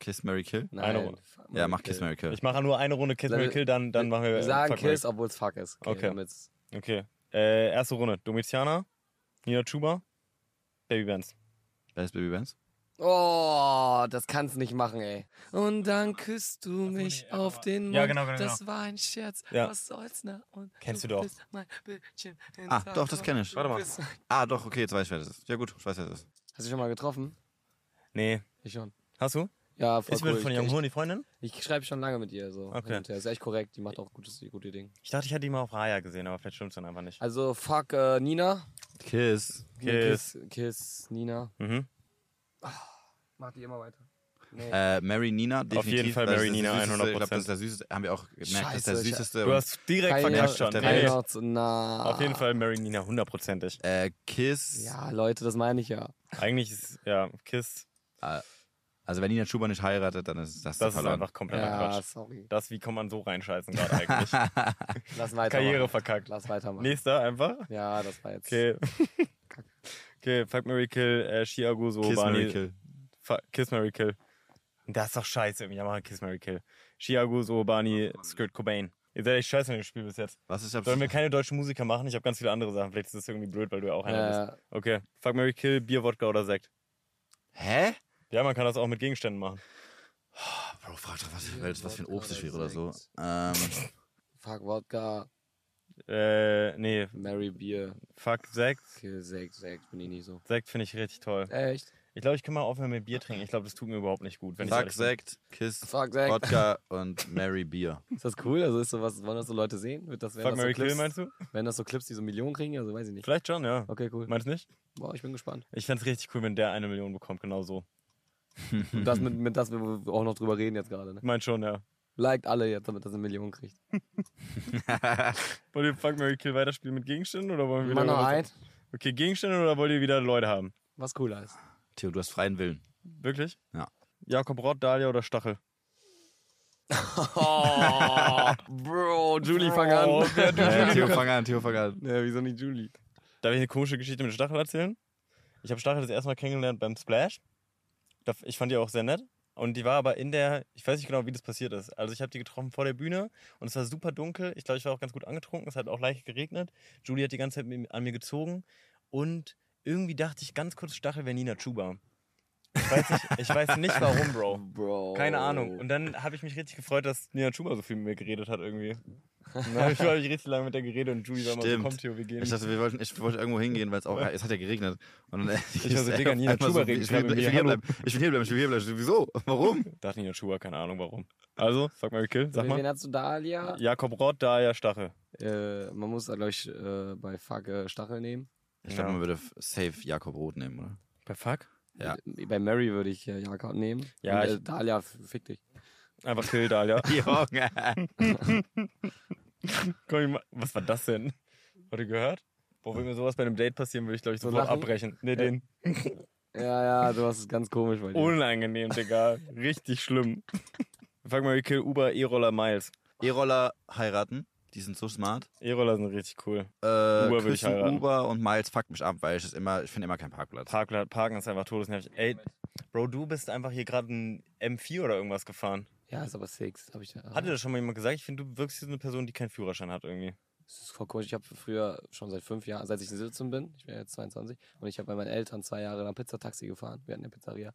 Kiss, Mary Kill? Eine Runde. fuck Ja, Mary mach Kill. Kiss, Mary Kill. Ich mache nur eine Runde Kiss Dann- Mary Kill, dann, dann machen wir. Wir äh, sagen Fuck, Mary Kiss, obwohl es fuck ist. Okay. Okay. damit's- Okay. Äh, erste Runde. Domitiana, Nina Chuba, Baby Benz. Wer ist Baby Benz? Oh, das kannst nicht machen, ey. Und dann küsst du mich auf den Mund. Ja, genau, genau, Das war ein Scherz. Ja. Was soll's, ne? Und Kennst du doch. bist mein Bildchen in Ah, Tag doch, das und kenn ich. du Warte mal. bist- Ah, doch, okay, jetzt weiß ich, wer das ist. Ja, gut, ich weiß, wer das ist. Hast du schon mal getroffen? Nee. Ich schon. Hast du? Ja, voll Ist cool. cool. von Ich- Young Horn die Freundin? Ich, ich schreibe schon lange mit ihr. So. Okay. Und, ja, ist echt korrekt. Die macht auch gutes, gute Dinge. Ich dachte, ich hätte die mal auf Raya gesehen, aber vielleicht stimmt's dann einfach nicht. Also, fuck äh, Nina. Kiss. Kiss. Kiss. Kiss, Nina. Mhm. Mach die immer weiter. Äh, Mary Nina, definitiv. Auf jeden Fall Das ist Mary der Nina, süßeste, Ich glaube, das 100%. ist der süßeste. Haben wir auch gemerkt, das ist der Scheiße, ich- süßeste. Du und- hast direkt Keine- verkackt auf schon. der Nee. Welt. Auf Noch, zu- na. jeden Fall Mary Nina, hundertprozentig. Äh, Kiss. Ja, Leute, das meine ich ja. Eigentlich ist, ja, Kiss, Also wenn Nina Schuber nicht heiratet, dann ist das, das ist verloren. einfach kompletter Ja, Quatsch. sorry. Das, wie kann man so reinscheißen gerade eigentlich? Lass weitermachen. Karriere verkackt. Lass weitermachen. Nächster einfach. Ja, das war jetzt. Okay. okay, Fuck Mary Kill, äh, Shiago, so Kiss, Bani. Mary Kill. Fa- Kiss Mary Kill. Das ist doch scheiße. Ja, mach Kiss Mary Kill. Chiago, Sohbani, Skirt Cobain. Ihr seid echt scheiße in dem Spiel bis jetzt. Was ist ja Sollen wir keine deutschen Musiker machen? Ich habe ganz viele andere Sachen. Vielleicht ist das irgendwie blöd, weil du ja auch einer bist. Äh, Okay. Fuck Mary Kill, Bier, Wodka oder Sekt. Hä? Ja, man kann das auch mit Gegenständen machen. Bro, frag doch, was, was, was für ein Wodka Obst es oder wäre oder so. Sekt. Ähm, fuck Wodka, Äh, nee. Mary Beer, Fuck Sekt. Kill, Sekt, Sekt, bin ich nicht so. Sekt finde ich richtig toll. Echt? Ich glaube, ich kann mal aufhören mit Bier trinken. Ich glaube, das tut mir überhaupt nicht gut. Wenn ich Fuck, ehrlich bin. Sekt, Kiss, Fuck Sekt. Wodka und Mary Beer. Ist das cool? Also ist sowas, wollen das so Leute sehen? Wird das, werden Fuck das so Mary Kill, Clips, meinst du? Werden das so Clips, die so Millionen kriegen? Also weiß ich nicht. Vielleicht schon, ja. Okay, cool. Meinst du nicht? Boah, ich bin gespannt. Ich fände es richtig cool, wenn der eine Million bekommt, genau so. Und das mit, mit das wir auch noch drüber reden jetzt gerade. Ne? Ich mein schon, ja. Liked alle jetzt, damit das eine Million kriegt. Wollt ihr Fuck Mary Kill weiterspielen mit Gegenständen oder wollen wir wieder. Mach noch was- ein, Okay, Gegenstände oder wollt ihr wieder Leute haben? was cooler ist. Theo, du hast freien Willen. Wirklich? Ja. Jakob Rott, Dahlia oder Stachel? Oh, Bro, Julie, fang Oh, an. Äh, Theo, fang an, Theo, fang an. Ne, wieso nicht Julie? Darf ich eine komische Geschichte mit Stachel erzählen? Ich habe Stachel das erste Mal kennengelernt beim Splash. Da- Ich fand die auch sehr nett. Und die war aber in der, ich weiß nicht genau, wie das passiert ist. Also ich habe die getroffen vor der Bühne und es war super dunkel. Ich glaube, ich war auch ganz gut angetrunken. Es hat auch leicht geregnet. Julie hat die ganze Zeit mit- an mir gezogen. Und irgendwie dachte ich ganz kurz, Stachel wäre Nina Chuba. Ich weiß, nicht, ich weiß nicht warum, Bro. Bro. Keine Ahnung. Und dann habe ich mich richtig gefreut, dass Nina Chuba so viel mit mir geredet hat irgendwie. Und dann habe ich, hab ich richtig lange mit der geredet und Julie war mal so, Stimmt. komm Theo, wir gehen. Ich dachte, wir wollten, ich wollte irgendwo hingehen, weil es auch, es hat ja geregnet. Und dann, war so, ist Digga, auf Nina einmal Chuba redet ich, will, gerade ich, will mit mir, hierbleiben, ich will hierbleiben, ich will hierbleiben. Ich will- Wieso? Warum? dachte Nina Chuba, keine Ahnung warum. Also, sag mal, Kill, sag Wen mal. hast du Dahlia? Jakob Roth, Dahlia Stachel. Äh, man muss da, glaube ich, äh, bei Fuck äh, Stachel nehmen. Ich glaube, Ja. man würde f- safe Jakob Roth nehmen, oder? Bei Fuck? Ja. Bei Mary würde ich äh, Jakob nehmen. Ja, Und, äh, ich- Dahlia, f- fick dich. Einfach Kill, Dahlia. Junge. Komm, ich mal- Was war das denn? Habt ihr gehört? Boah, wenn mir sowas bei einem Date passieren, würde ich, glaube ich, So sofort lachen? abbrechen. Nee, den. Ja, ja, du hast es ganz komisch bei dir. Unangenehm, Digga. Richtig schlimm. Fuck mal, Kill, Uber, E-Roller, Miles. E-Roller heiraten, die sind so smart. E-Roller sind richtig cool. Äh, will ich küssen heiraten. Uber und Miles fuckt mich ab, weil ich es immer, ich finde immer keinen Parkplatz. Parkplatz, Parken ist einfach todesnervig. Ey, Bro, du bist einfach hier gerade ein M4 oder irgendwas gefahren. Ja, ist aber Six. Hab ich, Hat dir das schon mal jemand gesagt? Ich finde, du wirkst wie so eine Person, die keinen Führerschein hat irgendwie. Das ist voll komisch. Ich habe früher schon seit fünf Jahren, seit ich in Sitzung bin, ich bin ja jetzt 22, und ich habe bei meinen Eltern zwei Jahre lang Pizzataxi gefahren. Wir hatten eine Pizzeria.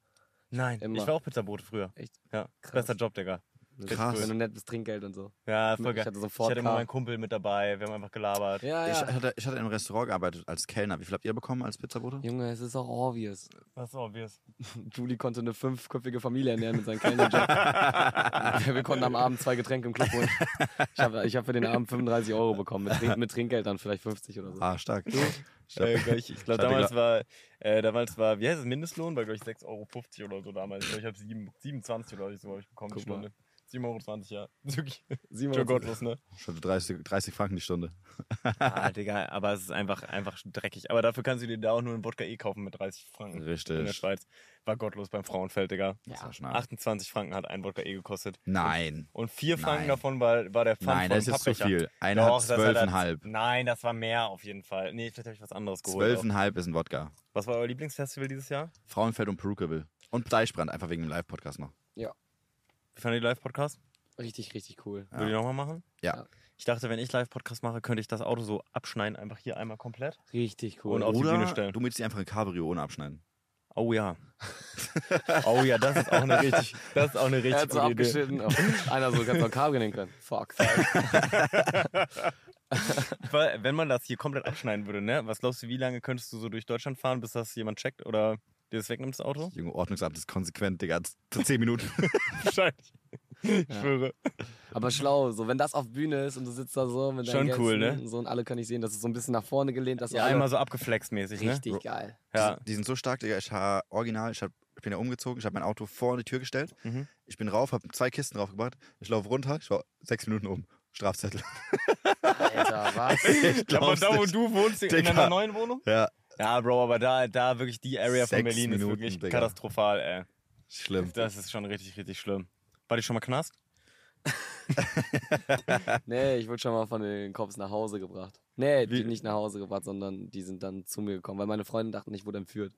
Nein, Immer. ich war auch Pizzabote früher. Echt? Ja, Krass. bester Job, Digga. Das Krass. Ist cool. Wenn du nett bist, Trinkgeld und so. Ja, voll Ich geil. hatte so Ich hatte immer meinen Ford-Car. Kumpel mit dabei, wir haben einfach gelabert. Ja, Ich Ah, ja. hatte, ich hatte in einem Restaurant gearbeitet als Kellner. Wie viel habt ihr bekommen als Pizzabote? Junge, es ist auch obvious. Das ist obvious. Julie konnte eine fünfköpfige Familie ernähren mit seinem Kellnerjob. Wir konnten am Abend zwei Getränke im Club holen. Ich habe ich hab für den Abend 35 Euro bekommen. Mit, Trink, mit Trinkgeld dann vielleicht 50 oder so. Ah, stark. Ich glaub, Äh, ich ich glaube, Ich hatte damals war, äh, damals war, wie heißt es, Mindestlohn? War, glaube ich, 6,50 Euro oder so damals. Ich, glaub, ich habe 27 oder so hab ich bekommen, die Guck mal. Stunde. 7,20 Euro, ja. Ist wirklich Simon, schon gottlos, ne? schon 30, 30 Franken die Stunde. Ah, Digga, aber es ist einfach, einfach dreckig. Aber dafür kannst du dir da auch nur einen Wodka eh kaufen mit 30 Franken. In der Richtig. Schweiz. War gottlos beim Frauenfeld, Digga. Das war schon hart. 28 Franken hat ein Wodka eh gekostet. Nein. Und vier Franken Nein. davon war, war der Pfand Nein, von das ist jetzt zu Pappbecher. viel. Einer hat das er- zwölfeinhalb. Nein, das war mehr auf jeden Fall. Nee, vielleicht habe ich was anderes geholt. auch. Zwölfeinhalb ist ein Wodka. Was war euer Lieblingsfestival dieses Jahr? Frauenfeld und Perukeville. Und Deichbrand, einfach wegen dem Live-Podcast noch. Wie fand ihr Live-Podcast? Richtig, richtig cool. Ja. Würdet ihr nochmal machen? Ja. Ich dachte, wenn ich Live-Podcast mache, könnte ich das Auto so abschneiden, einfach hier einmal komplett. Richtig cool. Und auf die Oder Bühne stellen. du mietst dir einfach ein Cabrio ohne abschneiden. Oh ja. oh ja, das ist auch eine richtig, das ist auch eine Er richtig hat so gute Idee. abgeschnitten. Oh, einer so ganz Kabel nehmen können. Fuck. Weil, wenn man das hier komplett abschneiden würde, ne? Was glaubst du, wie lange könntest du so durch Deutschland fahren, bis das jemand checkt oder dir das wegnimmt, das Auto? Junge, Ordnungsamt ist konsequent, Digga. Zehn Minuten. Wahrscheinlich. Ich schwöre. Aber schlau, so wenn das auf Bühne ist und du sitzt da so mit deinen Schon cool, Gästen ne? und So und alle können dich sehen, das ist so ein bisschen nach vorne gelehnt, dass Ja, alle- einmal so abgeflext-mäßig, ne? richtig geil. Ja. Die, sind- die sind so stark, Digga. Ich habe original, ich, hab, ich bin ja umgezogen, ich habe mein Auto vor die Tür gestellt. Mhm. Ich bin rauf, habe zwei Kisten raufgebracht. Ich laufe runter, ich war sechs Minuten um. Strafzettel. Alter, was? Ich Aber glaub's da, wo nicht. du wohnst, in Digga. deiner neuen Wohnung? Ja, Ja, Bro, aber da, da wirklich die Area von Sechs Berlin Minuten, ist wirklich Digga. katastrophal, ey. schlimm. Das ist schon richtig, richtig schlimm. War ich schon mal Knast? nee, ich wurde schon mal von den Cops nach Hause gebracht. Nee, Wie? die nicht nach Hause gebracht, sondern die sind dann zu mir gekommen, weil meine Freunde dachten, ich wurde entführt.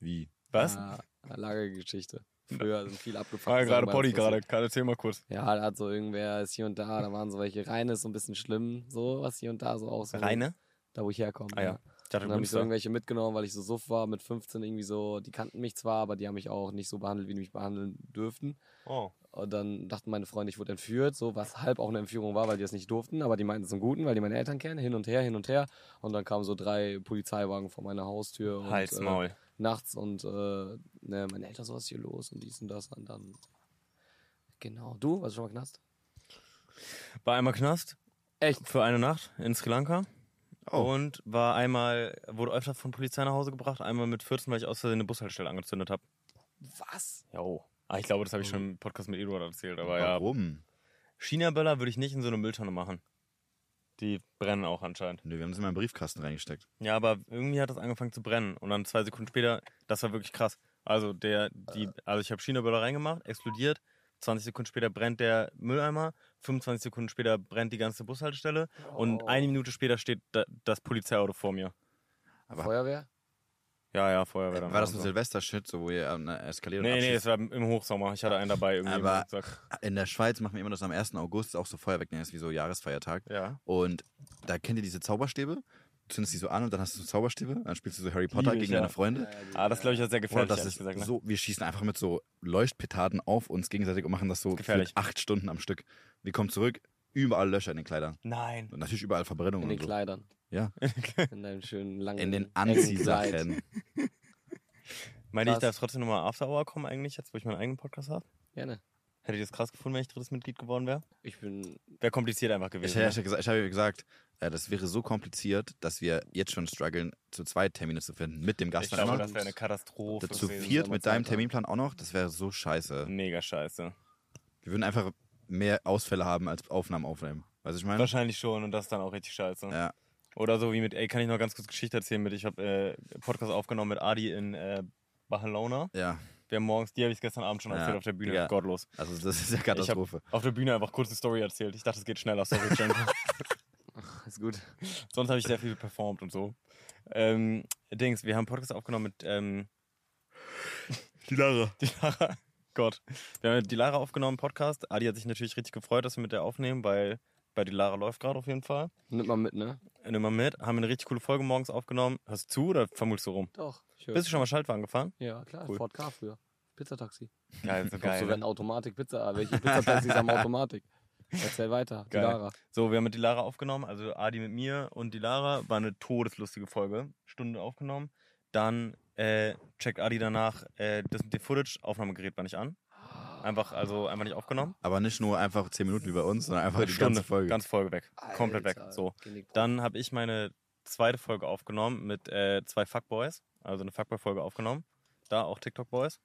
Wie? Was? Ja, lange Geschichte. Früher sind viel abgefuckt. War ja gerade Sachen bei Potti uns passiert. gerade. Karl, Erzähl mal kurz. Ja, da hat so irgendwer ist hier und da, da waren so welche Reine, ist so ein bisschen schlimm, so was hier und da so auch so. Reine? Da wo ich herkomme. Ah ja. Ich dachte, Und du Also, dann habe ich nimmst so da. irgendwelche mitgenommen, weil ich so suff war mit 15 irgendwie so, die kannten mich zwar, aber die haben mich auch nicht so behandelt, wie die mich behandeln dürften. Oh. Und dann dachten meine Freunde, ich wurde entführt, so was halb auch eine Entführung war, weil die das nicht durften, aber die meinten es zum Guten, weil die meine Eltern kennen, hin und her, hin und her. Und dann kamen so drei Polizeiwagen vor meiner Haustür und Hals, äh, Maul. nachts und äh, ne, meine Eltern, so was ist hier los und dies und das und dann. Genau. Du, warst du schon mal Knast? War einmal Knast. Echt? Für eine Nacht in Sri Lanka. Oh. Oh, Und war einmal, wurde öfter von Polizei nach Hause gebracht, einmal mit 14, weil ich aus Versehen eine Bushaltestelle angezündet habe. Was? Jo. Ah, ich glaube, das habe Oh. ich schon im Podcast mit Eduard erzählt, aber ja. Warum? China-Böller würde ich nicht in so eine Mülltonne machen. Die brennen auch anscheinend. Nö, wir haben es in meinen Briefkasten reingesteckt. Ja, aber irgendwie hat das angefangen zu brennen. Und dann zwei Sekunden später, das war wirklich krass. Also der, die, also ich habe China-Böller reingemacht, explodiert. 20 Sekunden später brennt der Mülleimer, 25 Sekunden später brennt die ganze Bushaltestelle und Oh. eine Minute später steht da, das Polizeiauto vor mir. Aber- Feuerwehr? Ja, ja, Feuerwehr. dann War das auch ein so. Silvester-Shit, so wo ihr ähm, eskaliert und Nee, nee, es abschießt? war im Hochsommer. Ich hatte einen dabei irgendwie im Aber- Rucksack. In der Schweiz machen wir immer das am 1. August, auch so Feuerwerk, nee, das ist wie so Jahresfeiertag. Ja. Und da kennt ihr diese Zauberstäbe, du zündest die so an und dann hast du so Zauberstäbe, dann spielst du so Harry Potter ich, gegen ja. deine Freunde. Ah, das glaube ich war sehr Oder gefährlich, das ehrlich ist gesagt. Ne? so, wir schießen einfach mit so Leuchtpetarden auf uns gegenseitig und machen das so für Gefährlich. acht Stunden am Stück. Wir kommen zurück, überall Löcher in den Kleidern. Nein. Und natürlich überall Verbrennungen In den und so. Kleidern. Ja. In deinem schönen langen. In den engen Kleid. Anziehsachen. Meinte ich, Krass. darf trotzdem nochmal After Hour kommen eigentlich, jetzt wo ich meinen eigenen Podcast habe? Gerne. Hättet ihr das krass gefunden, wenn ich drittes Mitglied geworden wäre? Ich bin. Wäre kompliziert einfach Ich gewesen. ne? habe gesagt, ich hab ja gesagt äh, das wäre so kompliziert, dass wir jetzt schon strugglen, zu zweit Termine zu finden mit dem Ich Gast. glaube, Stimmt. das wäre eine Katastrophe. zu gewesen. viert wenn man mit deinem ne? Zeit hat. Terminplan auch noch, das wäre so scheiße. Mega scheiße. Wir würden einfach mehr Ausfälle haben als Aufnahmen aufnehmen. Weißt du, ich meine? Wahrscheinlich schon und das ist dann auch richtig scheiße. Ja. Oder so wie mit, ey, kann ich noch ganz kurz Geschichte erzählen mit, ich habe äh, Podcast aufgenommen mit Adi in äh, Barcelona. Ja, Wir haben morgens, die habe ich gestern Abend schon Ja, erzählt auf der Bühne. Digga. Gottlos. also das ist ja Katastrophe. Auf der Bühne einfach kurz eine Story erzählt. Ich dachte, es geht schneller. Sorry, Cenk. Ist gut. Sonst habe ich sehr viel performt und so. Ähm, Dings, wir haben Podcast aufgenommen mit ähm, Die Lara. die Lara. Gott. Wir haben mit die Lara aufgenommen, Podcast. Adi hat sich natürlich richtig gefreut, dass wir mit der aufnehmen, weil bei die Lara läuft gerade auf jeden Fall. Nimm mal mit, ne? Nimm mal mit. Haben eine richtig coole Folge morgens aufgenommen. Hörst du zu oder vermutest du rum? Doch. Ich hör- Bist du schon mal Schaltwagen gefahren? Ja, klar. Cool. Ford K früher. Pizzataxi. Geil, so Glaubst geil. du, wenn ne? Automatik Pizza. ah, Welche Pizzataxis haben Automatik? Erzähl weiter. Die Geil. Lara. So, wir haben mit die Lara aufgenommen, also Adi mit mir und die Lara. War eine todeslustige Folge. Stunde aufgenommen. Dann äh, checkt Adi danach äh, das mit dem Footage. Aufnahmegerät war nicht an. Einfach, also einfach nicht aufgenommen. Aber nicht nur einfach 10 Minuten wie bei uns, sondern einfach die Stunde, ganze Folge. Ganze Folge weg. Komplett weg. Alter, So. Genick- Dann habe ich meine zweite Folge aufgenommen mit äh, zwei Fuckboys. Also eine Fuckboy-Folge aufgenommen. Da auch TikTok-Boys.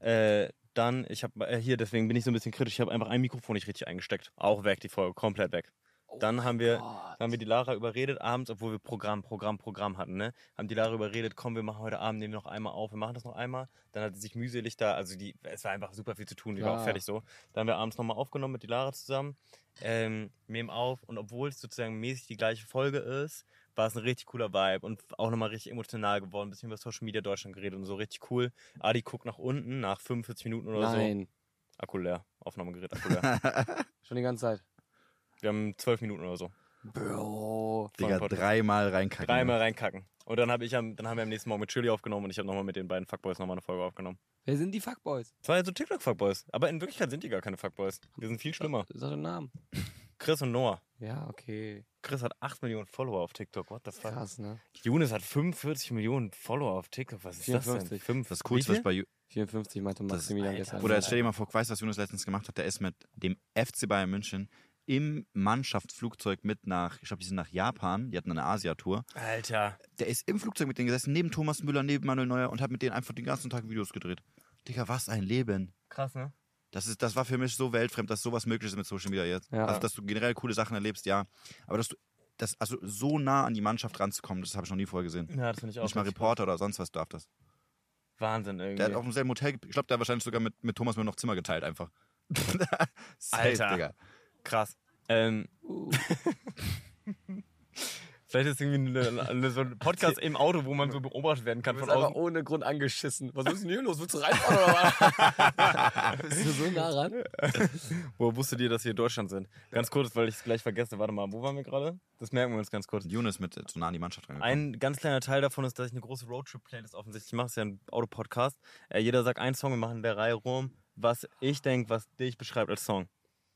Äh, dann, ich habe äh, hier, deswegen bin ich so ein bisschen kritisch, ich habe einfach ein Mikrofon nicht richtig eingesteckt. Auch weg, die Folge, komplett weg. Oh Dann haben wir, Gott. haben wir die Lara überredet, abends, obwohl wir Programm, Programm, Programm hatten, ne? Haben die Lara überredet, komm, wir machen heute Abend, nehmen wir noch einmal auf, wir machen das noch einmal. Dann hat sie sich mühselig da, also die, es war einfach super viel zu tun, die war auch Klar. fertig so. Dann haben wir abends nochmal aufgenommen mit die Lara zusammen, ähm, nehmen auf und obwohl es sozusagen mäßig die gleiche Folge ist, war es ein richtig cooler Vibe und auch nochmal richtig emotional geworden, ein bisschen über Social Media Deutschland geredet und so, richtig cool. Adi guckt nach unten, nach 45 Minuten oder so. Nein. Akku leer, Aufnahmegerät, Akku leer. Schon die ganze Zeit. wir haben 12 Minuten oder so. Bro. Digga, Podcast. dreimal reinkacken. Dreimal reinkacken. Und dann, hab ich am, dann haben wir am nächsten Morgen mit Chili aufgenommen und ich habe nochmal mit den beiden Fuckboys nochmal eine Folge aufgenommen. Wer sind die Fuckboys? Das waren ja so TikTok-Fuckboys. Aber in Wirklichkeit sind die gar keine Fuckboys. Die sind viel schlimmer. Sag den Namen. Chris und Noah. Ja, okay. Chris hat 8 Millionen Follower auf TikTok. What the fuck? Krass, ne? Jonas hat 45 Millionen Follower auf TikTok. Was ist das 54. denn? 5, Das Coolste, was bei Ju- 54 meinte Das- Maximilian Alter. gestern. Oder jetzt stell dir mal vor, weißt du, was Jonas letztens gemacht hat? Der ist mit dem FC Bayern München im Mannschaftsflugzeug mit nach, ich glaube, die sind nach Japan, die hatten eine Asia-Tour. Alter. Der ist im Flugzeug mit denen gesessen, neben Thomas Müller, neben Manuel Neuer und hat mit denen einfach den ganzen Tag Videos gedreht. Digga, was ein Leben. Krass, ne? das Das, ist, das war für mich so weltfremd, dass sowas möglich ist mit Social Media jetzt. Ja. Also, dass du generell coole Sachen erlebst, ja. Aber dass du, das, also so nah an die Mannschaft ranzukommen, das habe ich noch nie vorher gesehen. Ja, das finde ich auch. Nicht mal richtig Reporter oder sonst was darf das. krass. Wahnsinn irgendwie. Der hat auch im selben Hotel, ge- ich glaube, der hat wahrscheinlich sogar mit, mit Thomas Müller noch Zimmer geteilt einfach. Safe, Alter. Krass. Ähm, Uh, Vielleicht ist irgendwie eine, eine, so ein Podcast im Auto, wo man so beobachtet werden kann Du von bist aber außen. ohne Grund angeschissen. Was ist denn hier los? Willst du reinfahren oder was? bist du so nah ran? Woher wusstet ihr, dass wir in Deutschland sind? Ganz kurz, weil ich es gleich vergesse. Warte mal, wo waren wir gerade? Das merken wir uns ganz kurz. Yunus mit äh, so nah an die Mannschaft rangekommen. Ein ganz kleiner Teil davon ist, dass ich eine große Roadtrip-Playlist offensichtlich mache. Das ist ja ein Autopodcast. Äh, jeder sagt einen Song, wir machen in der Reihe rum, was ich denke, was dich beschreibt als Song.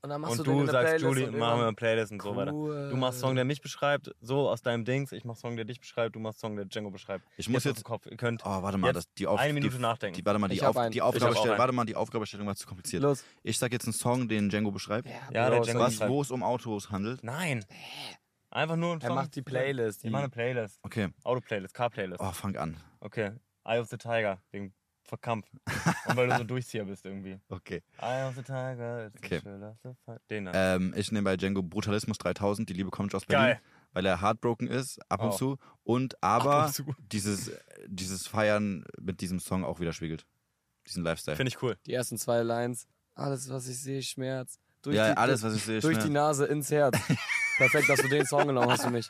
Und dann Und den du, in eine sagst Playlist Julie und machen wir irgendwann- eine Playlist und so weiter. Cool. Du machst Song, der mich beschreibt, so aus deinem Dings. Ich mach Song, der dich beschreibt. Du machst Song, der Django beschreibt. Ich muss aus dem jetzt. Kopf. Ihr könnt. Oh, warte mal, Jetzt das, die Auf eine die, Minute nachdenken. Die, warte mal, die, Ich hab Auf, einen. die Ich hab auch Aufgabestellung. einen. Warte mal, die Aufgabestellung war zu kompliziert. Los. Ich sag jetzt einen Song, den Django beschreibt. Ja, der Bro, Django- Was, beschreibt. wo es um Autos handelt. Nein. Einfach nur ein Er Song. macht die Playlist. Ich mache eine Playlist. Okay. Auto-Playlist, Car-Playlist. Oh, fang an. Okay. Eye of the Tiger, wegen Verkampf. und weil du so Durchzieher bist irgendwie. Okay. Eye of the Tiger, it's Okay. a thrill of the fight. Den dann. Ähm, ich nehme bei Django Brutalismus 3000, die Liebe kommt aus Berlin, Geil. weil er heartbroken ist, ab und Oh. zu. Und aber und zu. Dieses, dieses Feiern mit diesem Song auch widerspiegelt. Diesen Lifestyle. Finde ich cool. Die ersten zwei Lines. Alles, was ich sehe, Schmerz. Durch ja, die, alles, was ich sehe, durch die schnell. Nase ins Herz. Perfekt, dass du den Song genommen hast für mich.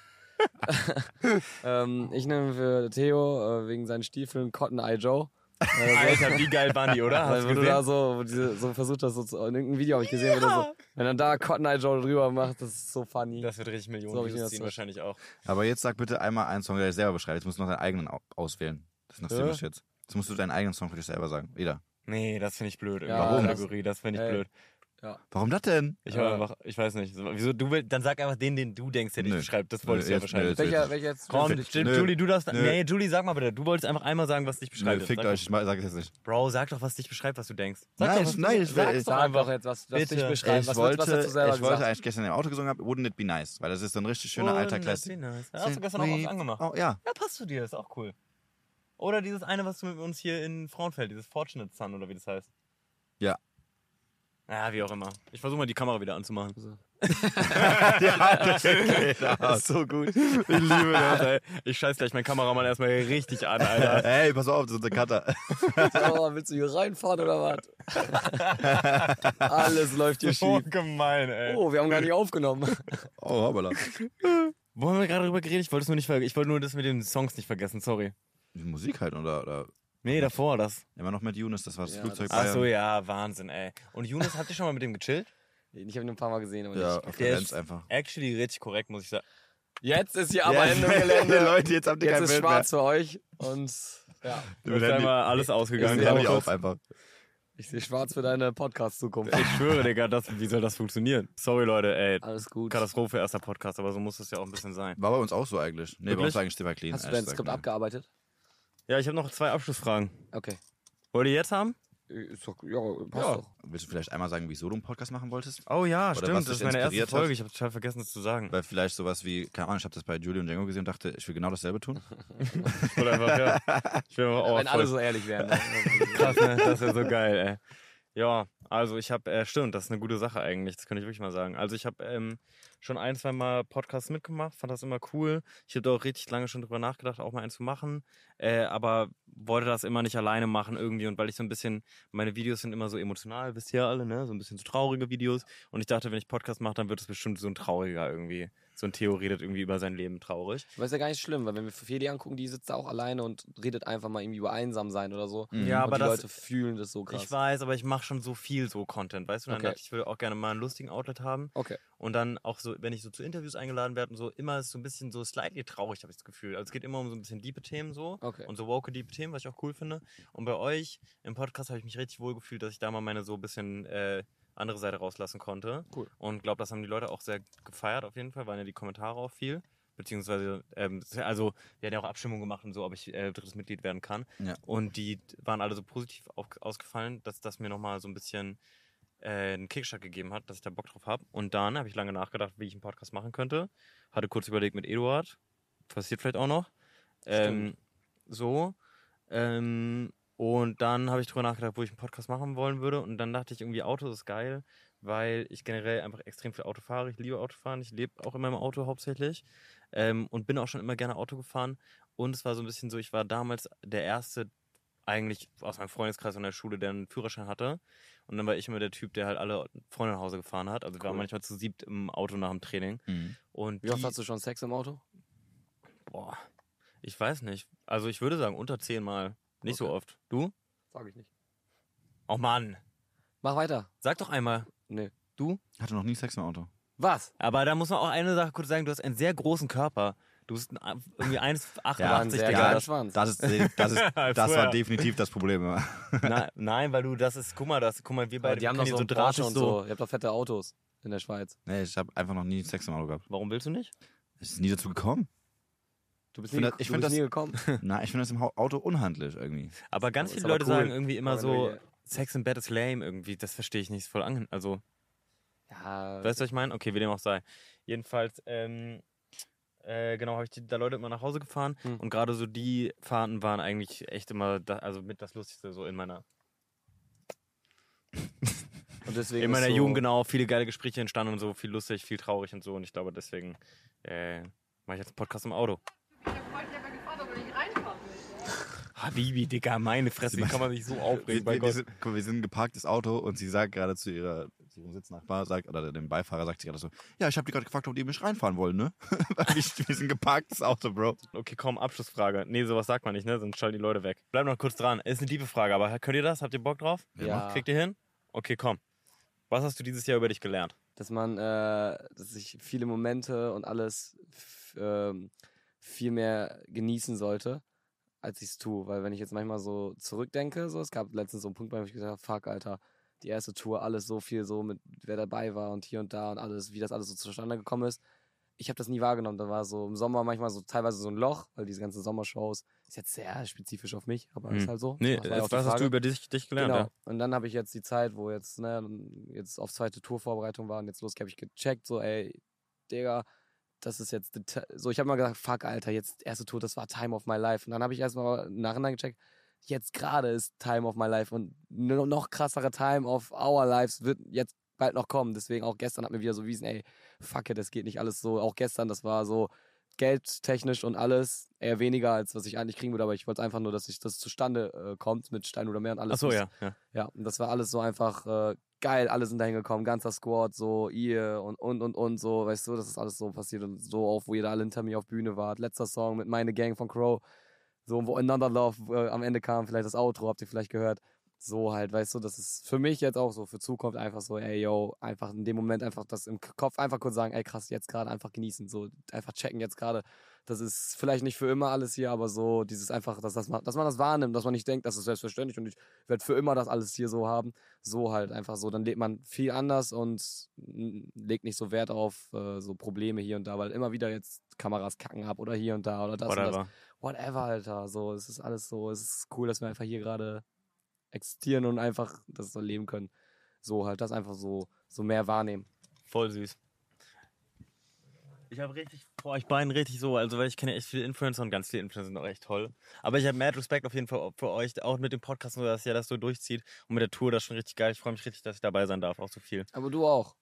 ähm, ich nehme für Theo äh, wegen seinen Stiefeln Cotton Eye Joe. Äh, also so- Alter, wie geil waren die, oder? Hast Weil du wenn du da gesehen? so, wo diese, so versucht hast, so zu, in irgendeinem Video habe ich gesehen, wo du so, wenn dann da Cotton Eye Joe drüber macht, das ist so funny. Das wird richtig Millionen So hab ich mir Views das ziehen, so- wahrscheinlich auch. Aber jetzt sag bitte einmal einen Song, der dich selber beschreibt. Jetzt musst du noch deinen eigenen au- auswählen. Das ist noch Hä? ziemlich jetzt. Jetzt musst du deinen eigenen Song für dich selber sagen. Jeder. Nee, das finde ich blöd. Ja, Warum? das- Kategorie, das finde ich Ey. blöd. Warum das denn? Ich höre Äh. einfach, ich weiß nicht. So, Wieso, du willst, dann sag einfach den, den du denkst, der dich Nö. beschreibt. Das Nö, wolltest du ja jetzt- nö, wahrscheinlich. jetzt- welcher, welcher jetzt? Komm, Nö. Jim, Julie, du darfst. Nö. Nee, Julie, sag mal bitte. Du wolltest einfach einmal sagen, was dich beschreibt. Nö, fickt sag, euch, ich ma- sag es jetzt nicht. Bro, sag doch, was dich beschreibt, was du denkst. Sag Nein, doch, was ich- nein, du, ich- sag's doch ich- Sag doch einfach. etwas, was dich Bitte. beschreibt. ich was, wollte, was hast du selber ich wollte gesagt? eigentlich gestern im Auto gesungen haben, Wouldn't it be nice? Weil das ist so ein richtig schöner Oh, alter das Classic. ist nice. Ja, Hast du gestern auch We- was angemacht? Oh, ja. Ja, passt zu dir, ist auch cool. Oder dieses eine, was du mit uns hier in Frauenfeld, dieses Fortunate Sun oder wie das heißt. Ja. Ja, wie auch immer. Ich versuche mal die Kamera wieder anzumachen. Das ist so gut. Ich liebe das. Alter, ich scheiß gleich meinen Kameramann erstmal richtig an, Alter. Hey, pass auf, das ist unser Cutter. Oh, willst du hier reinfahren oder was? Alles läuft hier So schief. gemein, ey. Oh, wir haben gar nicht aufgenommen. Oh, hoppala. Wo haben wir gerade drüber geredet? Ich wollte es nur nicht ver- Ich wollte nur das mit den Songs nicht vergessen, sorry. Die Musik halt, oder, oder Nee, davor das. immer noch mit Yunus, das war das Ja, Flugzeug Ach Bayern. so, ja, Wahnsinn, ey. Und Yunus, habt ihr schon mal mit dem gechillt? Ich habe ihn ein paar Mal gesehen. Aber Ja, nicht. auf Der Lenz ist- einfach. Actually richtig korrekt, muss ich sagen. Jetzt ist hier aber Ende im Gelände. Leute, jetzt habt ihr Jetzt kein ist Bild schwarz für euch. Und ja, mehr. Ist einmal alles ausgegangen. Handy, Ich seh Handy auch auf einfach. ich sehe schwarz für deine Podcast-Zukunft. Ich schwöre, Digga, das, wie soll das funktionieren? Sorry, Leute, ey. Alles gut. Katastrophe, erster Podcast, aber so muss es ja auch ein bisschen sein. War bei uns auch so eigentlich. Nee, bei Wirklich? uns war eigentlich Stefan Clean. Hast du ehrlich dein gesagt, Skript ne. abgearbeitet? Ja, ich habe noch zwei Abschlussfragen. Okay. Wollt ihr jetzt haben? Ist doch, ja, passt Ja. doch. Willst du vielleicht einmal sagen, wieso du einen Podcast machen wolltest? Oh ja, Oder was stimmt. Das dich ist meine erste inspiriert hat? Folge. Ich habe total vergessen, das zu sagen. Weil vielleicht sowas wie, keine Ahnung, ich habe das bei Julie und Django gesehen und dachte, ich will genau dasselbe tun. Ich wollte einfach, ja. Ich will einfach auch Wenn alle so ehrlich wären. ne? Krass, ne? Das wäre so geil, ey. Ja, also ich habe, äh, stimmt, das ist eine gute Sache eigentlich, das kann ich wirklich mal sagen. Also ich habe ähm, schon ein, zwei Mal Podcasts mitgemacht, fand das immer cool. Ich habe da auch richtig lange schon drüber nachgedacht, auch mal einen zu machen, äh, aber wollte das immer nicht alleine machen irgendwie und weil ich so ein bisschen, meine Videos sind immer so emotional, wisst ihr ja alle, ne? So ein bisschen so traurige Videos und ich dachte, wenn ich Podcast mache, dann wird es bestimmt so ein trauriger irgendwie. So ein Theo redet irgendwie über sein Leben traurig. Aber ist ja gar nicht schlimm, weil wenn wir Feli angucken, die sitzt da auch alleine und redet einfach mal irgendwie über Einsamsein oder so. Mhm. Ja, und aber die das- Leute fühlen das so krass. Ich weiß, aber ich mache schon so viel so Content, weißt du? Dann Okay. dachte ich, ich würde auch gerne mal einen lustigen Outlet haben. okay. Und dann auch so, wenn ich so zu Interviews eingeladen werde und so, immer ist so ein bisschen so slightly traurig, habe ich das Gefühl. Also es geht immer um so ein bisschen diepe Themen so. Okay. Und so woke diepe Themen, was ich auch cool finde. Und bei euch im Podcast habe ich mich richtig wohl gefühlt, dass ich da mal meine so ein bisschen äh, andere Seite rauslassen konnte. Cool. Und glaube, das haben die Leute auch sehr gefeiert auf jeden Fall, waren ja die Kommentare auch viel. Beziehungsweise, ähm, also wir hatten ja auch Abstimmung gemacht und so, ob ich äh, drittes Mitglied werden kann. Ja. Und die waren alle so positiv auf, ausgefallen, dass das mir nochmal so ein bisschen äh, einen Kickstart gegeben hat, dass ich da Bock drauf habe. Und dann habe ich lange nachgedacht, wie ich einen Podcast machen könnte. Hatte kurz überlegt mit Eduard. Passiert vielleicht auch noch. Ähm, so. Ähm, und dann habe ich drüber nachgedacht, wo ich einen Podcast machen wollen würde. Und dann dachte ich irgendwie, Autos ist geil, weil ich generell einfach extrem viel Auto fahre. Ich liebe Autofahren. Ich lebe auch in meinem Auto hauptsächlich. Ähm, und bin auch schon immer gerne Auto gefahren. Und es war so ein bisschen so, ich war damals der Erste, eigentlich aus meinem Freundeskreis und der Schule, der einen Führerschein hatte. Und dann war ich immer der Typ, der halt alle Freunde nach Hause gefahren hat. Also wir waren Cool. manchmal zu siebt im Auto nach dem Training. Mhm. Und Wie oft die- hast du schon Sex im Auto? Boah. Ich weiß nicht. Also ich würde sagen, unter zehnmal. Nicht so oft. Du? Sag ich nicht. Oh Mann. Mach weiter. Sag doch einmal. Nee. Du? Hatte noch nie Sex im Auto. Was? Aber da muss man auch eine Sache kurz sagen, du hast einen sehr großen Körper. Du bist ein- irgendwie 1,88. Ja, War ein sehr Digga. geil. geiler das- Schwanz. Das, ist, das, ist, das war Vorher. definitiv das Problem. Na, nein, weil du, das ist, guck mal, das, guck mal, wir Aber beide die haben wir doch können so hier einen Porsche drahtig und so. Ihr habt doch fette Autos in der Schweiz. Nee, ich habe einfach noch nie Sex im Auto gehabt. Warum willst du nicht? Es ist nie dazu gekommen. Du bist Ich nie, find das- ich du find bist das- nie gekommen. Nein, ich finde das im Hau- Auto unhandlich irgendwie. Aber ganz Ist viele aber Leute cool. sagen irgendwie immer Aber wenn so, du Sex im Bett ist lame irgendwie. Das verstehe ich nicht. Ist voll an. Also, Ja, weißt du, was ich meine? Okay, wie dem auch sei. Jedenfalls, ähm, äh, genau, habe ich die, da Leute immer nach Hause gefahren. Hm. Und gerade so die Fahrten waren eigentlich echt immer, da, also mit das Lustigste so in meiner, und deswegen in ist meiner so, Jugend, genau. Viele geile Gespräche entstanden und so. Viel lustig, viel traurig und so. Und ich glaube, deswegen äh, mache ich jetzt einen Podcast im Auto. Ich habe vorhin selber gefragt, ob er nicht reinfahren will. Habibi, Digga, meine Fresse, wie kann man sich so aufregen? Wir, bei wir, wir, Gott. sind, guck mal, wir sind ein geparktes Auto und sie sagt gerade zu ihrer zu ihrem Sitznachbar sagt, oder dem Beifahrer sagt sie gerade so, ja, ich habe die gerade gefragt, ob die mich reinfahren wollen, ne? Weil wir, wir sind ein geparktes Auto, Bro. Okay, komm, Abschlussfrage. Nee, sowas sagt man nicht, ne? Sonst schalten die Leute weg. Bleib noch kurz dran. Ist eine liebe Frage, aber könnt ihr das? Habt ihr Bock drauf? Ja. Kriegt ihr hin? Okay, komm. Was hast du dieses Jahr über dich gelernt? dass man, äh, dass ich viele Momente und alles f- ähm, viel mehr genießen sollte, als ich es tue. Weil wenn ich jetzt manchmal so zurückdenke, so, es gab letztens so einen Punkt, bei dem ich gesagt habe, fuck, Alter, die erste Tour, alles so viel so mit wer dabei war und hier und da und alles, wie das alles so zustande gekommen ist. Ich habe das nie wahrgenommen. Da war so im Sommer manchmal so teilweise so ein Loch, weil diese ganzen Sommershows ist jetzt sehr spezifisch auf mich, aber ist Hm. halt so. Nee, Das war ja auch was die hast Frage. du über dich, dich gelernt? Genau. Und dann habe ich jetzt die Zeit, wo jetzt, ne, jetzt auf zweite Tourvorbereitung war und jetzt losgeht, habe ich gecheckt, so, ey, Digga, das ist jetzt, the ti- so, ich habe mal gesagt, fuck, Alter, jetzt erste Tour, das war Time of My Life. Und dann habe ich erstmal nachhinein gecheckt, jetzt gerade ist Time of My Life und no- noch krassere Time of Our Lives wird jetzt bald noch kommen. Deswegen auch gestern hat mir wieder so wiesen, ey, fuck it, das geht nicht alles so. Auch gestern, das war so geldtechnisch und alles eher weniger, als was ich eigentlich kriegen würde, aber ich wollte einfach nur, dass ich das zustande äh, kommt mit Stein oder mehr und Ja. alles. Achso, ist- ja. ja. ja, und das war alles so einfach äh, geil, alle sind da hingekommen, ganzer Squad, so ihr und und und und so, weißt du, das ist alles so passiert und so auf, wo ihr da alle hinter mir auf Bühne wart. Letzter Song mit meine Gang von Crow, so wo Another Love äh, am Ende kam, vielleicht das Outro, habt ihr vielleicht gehört. So halt, weißt du, das ist für mich jetzt auch so, für Zukunft einfach so, ey, yo, einfach in dem Moment einfach das im K- Kopf einfach kurz sagen, ey, krass, jetzt gerade einfach genießen, so einfach checken jetzt gerade. Das ist vielleicht nicht für immer alles hier, aber so dieses einfach, dass, dass, man, dass man das wahrnimmt, dass man nicht denkt, das ist selbstverständlich und ich werde für immer das alles hier so haben. So halt einfach so. Dann lebt man viel anders und n- legt nicht so Wert auf äh, so Probleme hier und da, weil immer wieder jetzt Kameras kacken ab oder hier und da oder das und das. Whatever. Whatever, Alter. So, es ist alles so. Es ist cool, dass wir einfach hier gerade existieren und einfach das so leben können. So halt, das einfach so, so mehr wahrnehmen. Voll süß. Ich habe richtig vor euch beiden richtig so, also weil ich kenne echt viele Influencer und ganz viele Influencer sind auch echt toll. Aber ich habe mad Respekt auf jeden Fall für euch, auch mit dem Podcast, und so, dass ihr das so durchzieht und mit der Tour, das ist schon richtig geil. Ich freue mich richtig, dass ich dabei sein darf, auch so viel. Aber du auch.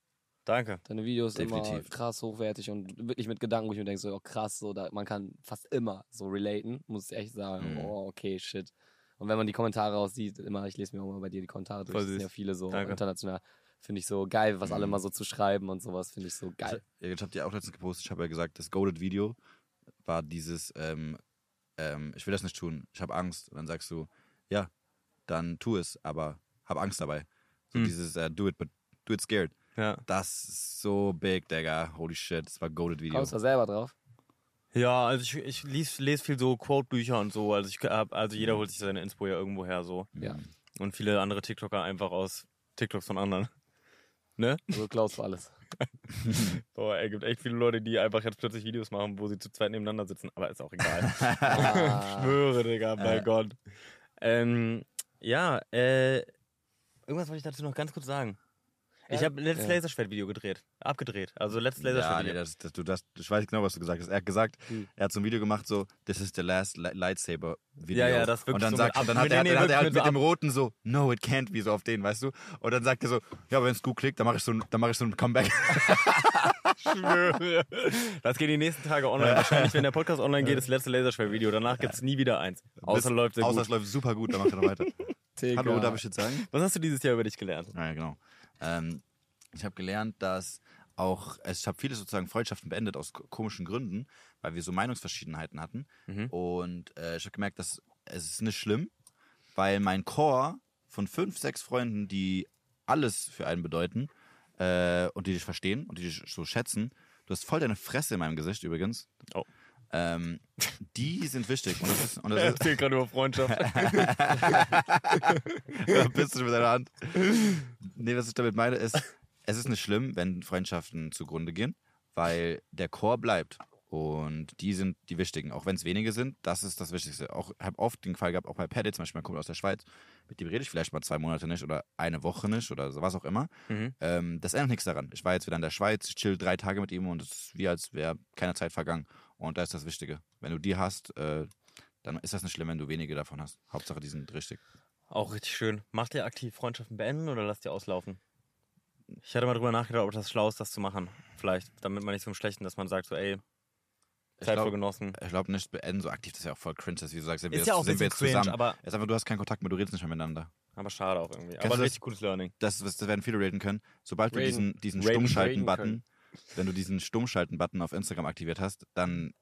Danke. Deine Videos immer Definitiv. krass hochwertig und wirklich mit Gedanken, wo ich mir denke, so, oh, krass, so, da, man kann fast immer so relaten, muss ich echt sagen. Mhm. Oh, okay, shit. Und wenn man die Kommentare auch sieht, immer, ich lese mir auch mal bei dir die Kommentare durch, Voll es sind süß. ja viele so Danke. international. Finde ich so geil, was alle Mhm. mal so zu schreiben und sowas, finde ich so geil. Ich, ich habe dir auch letztens gepostet, ich habe ja gesagt, das Goaded Video war dieses, ähm, ähm, ich will das nicht tun, ich habe Angst. Und dann sagst du, ja, dann tu es, aber hab Angst dabei. So Hm. dieses äh, do it, but do it scared. Ja. Das ist so big, Digga. Holy shit, das war Goaded Video. Kommst du da selber drauf? Ja, also ich, ich lies, lese viel so Quote-Bücher und so. Also ich hab, also jeder holt sich seine Inspo ja irgendwo her so. Ja. Und viele andere TikToker einfach aus TikToks von anderen. So Klaus Also, für alles. Boah, ey, gibt echt viele Leute, die einfach jetzt plötzlich Videos machen, wo sie zu zweit nebeneinander sitzen. Aber ist auch egal. Ah. Schwöre, Digga, bei Gott. Ähm, ja, äh, irgendwas wollte ich dazu noch ganz kurz sagen. Ich habe letztes Ja. äh. Laserschwert-Video gedreht. Abgedreht. Also letztes Ja, nee, Laserschwert-Video. das, das, du, das, ich weiß genau, was du gesagt hast. Er hat gesagt, Hm. er hat so ein Video gemacht, so, this is the last li- lightsaber Video. Ja, ja, das wirklich Und dann, so sagt, mit ab- dann hat mit- er, nee, dann hat wirklich er halt mit mit, so dem ab- roten so, no, it can't be, so auf den, weißt du? Und dann sagt er so, ja, wenn es gut klickt, dann mache ich so ein, dann mache ich so ein Comeback. Schwöre. Das geht die nächsten Tage online. Wahrscheinlich, wenn der Podcast online geht, ist letzte Laserschwert-Video. Danach gibt es nie wieder eins. Außer Bis- läuft sehr Außer gut. es läuft super gut, dann macht er noch weiter. Hallo, darf ich jetzt sagen? Was hast du dieses Jahr über dich gelernt? Ja, genau. Ähm, ich habe gelernt, dass auch, es- ich habe viele sozusagen Freundschaften beendet aus ko- komischen Gründen, weil wir so Meinungsverschiedenheiten hatten. Mhm. Und äh, ich habe gemerkt, dass es ist nicht schlimm, weil mein Chor von fünf, sechs Freunden, die alles für einen bedeuten äh, und die dich verstehen und die dich so schätzen, du hast voll deine Fresse in meinem Gesicht übrigens. Oh. Ähm, die sind wichtig. Und das ist, und Er das ist, erzählt gerade über Freundschaft. Da bist du mit deiner Hand. Nee, was ich damit meine, ist, es ist nicht schlimm, wenn Freundschaften zugrunde gehen, weil der Chor bleibt. Und die sind die wichtigen. Auch wenn es wenige sind, das ist das Wichtigste. Auch habe oft den Fall gehabt, auch bei Paddy zum Beispiel, mein Kumpel aus der Schweiz, mit dem rede ich vielleicht mal zwei Monate nicht oder eine Woche nicht oder so, was auch immer. Mhm. Ähm, das ändert nichts daran. Ich war jetzt wieder in der Schweiz, ich chill drei Tage mit ihm und es ist wie als wäre keine Zeit vergangen. Und da ist das Wichtige. Wenn du die hast, äh, dann ist das nicht schlimm, wenn du wenige davon hast. Hauptsache, die sind richtig. Auch richtig schön. Macht ihr aktiv Freundschaften beenden oder lasst ihr auslaufen? Ich hatte mal drüber nachgedacht, ob das schlau ist, das zu machen. Vielleicht, damit man nicht so im Schlechten, dass man sagt so, ey, Ich Zeit glaub- voll genossen. ich glaube nicht beenden so aktiv, das ist ja auch voll cringe, das ist, wie du sagst, sind wir, Ist ja auch ein sind wir bisschen jetzt cringe, zusammen. aber, Es ist einfach, du hast keinen Kontakt mehr, du redest nicht mehr miteinander. aber schade auch irgendwie. Kennst Aber ein du das- richtig cooles Learning. Das, das werden viele raten können. Sobald du Raten. diesen, diesen Raten, raten Stummschalten-Button, wenn du diesen Stummschalten-Button auf Instagram aktiviert hast, dann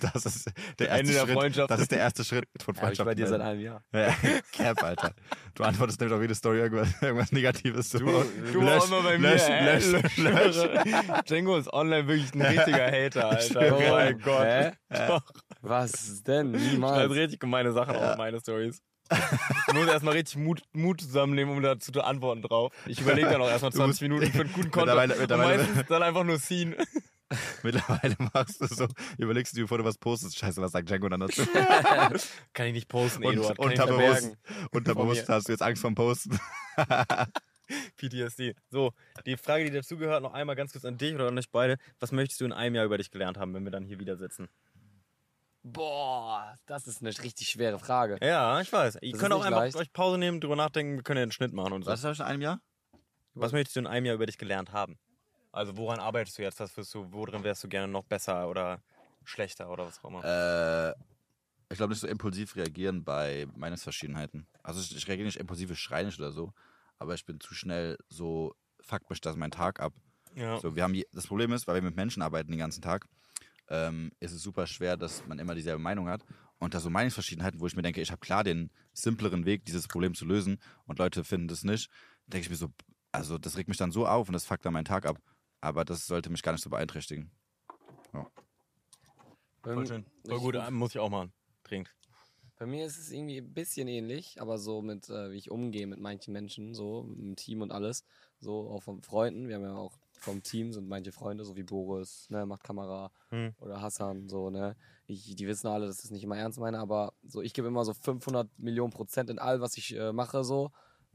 das ist der erste Ende der Schritt. Freundschaft. Das ist der erste Schritt von Ja, hab ich Freundschaft. bei dir seit einem Jahr. Cap, Alter. Du antwortest nämlich auf jede Story irgendwas, irgendwas Negatives. Du, Du auch immer bei mir. lösch, ey, lösch, lösch, lösch. Django ist online wirklich ein richtiger Hater, Alter. Oh mein Gott. Hä? Doch, Was denn? schreibt Niemals. richtig gemeine Sachen auf meine Stories. Ich muss erstmal richtig Mut, Mut zusammennehmen, um dazu zu antworten drauf. Ich überlege dann auch erstmal Du musst- 20 Minuten für einen guten Content. Mittlerweile- mittlerweile- Und meistens dann einfach nur Scene. Mittlerweile machst du so, überlegst du dir, bevor du was postest, scheiße, was sagt Django dann dazu? Kann ich nicht posten, Und- Eduard. Kann ich unterbewusst, verbergen. unterbewusst Von hast du jetzt Angst vom Posten. PTSD. So, die Frage, die dazugehört, noch einmal ganz kurz an dich oder an euch beide. Was möchtest du in einem Jahr über dich gelernt haben, wenn wir dann hier wieder sitzen? Boah, das ist eine richtig schwere Frage. Ja, ich weiß. Ihr Das ist könnt auch nicht einfach leicht. euch Pause nehmen, drüber nachdenken, wir können ja einen Schnitt machen und so. Was habe ich in einem Jahr? Was möchtest du in einem Jahr über dich gelernt haben? Also woran arbeitest du jetzt? Was wirst du, worin wärst du gerne noch besser oder schlechter oder was auch immer? Äh, ich glaube nicht so impulsiv reagieren bei Meinungsverschiedenheiten. Also ich, ich reagiere nicht impulsiv, ich schreie nicht oder so, aber ich bin zu schnell so, fuck mich das mein Tag ab. ja. So, wir haben je, das Problem ist, weil wir mit Menschen arbeiten den ganzen Tag, ähm, ist es super schwer, dass man immer dieselbe Meinung hat. Und da so Meinungsverschiedenheiten, wo ich mir denke, ich habe klar den simpleren Weg, dieses Problem zu lösen und Leute finden das nicht, denke ich mir so, also das regt mich dann so auf und das fuckt dann meinen Tag ab. Aber das sollte mich gar nicht so beeinträchtigen. Ähm, Voll schön. Voll ich- gut, äh, muss ich auch machen. Trinkt. Bei mir ist es irgendwie ein bisschen ähnlich, aber so mit, äh, wie ich umgehe mit manchen Menschen, so im Team und alles. So auch von Freunden. Wir haben ja auch vom Team sind manche Freunde, so wie Boris, ne, macht Kamera Hm. oder Hassan, so, ne. Ich, die wissen alle, dass ich das nicht immer ernst meine, aber so, ich gebe immer so 500 Millionen Prozent in all, was ich äh, mache, so.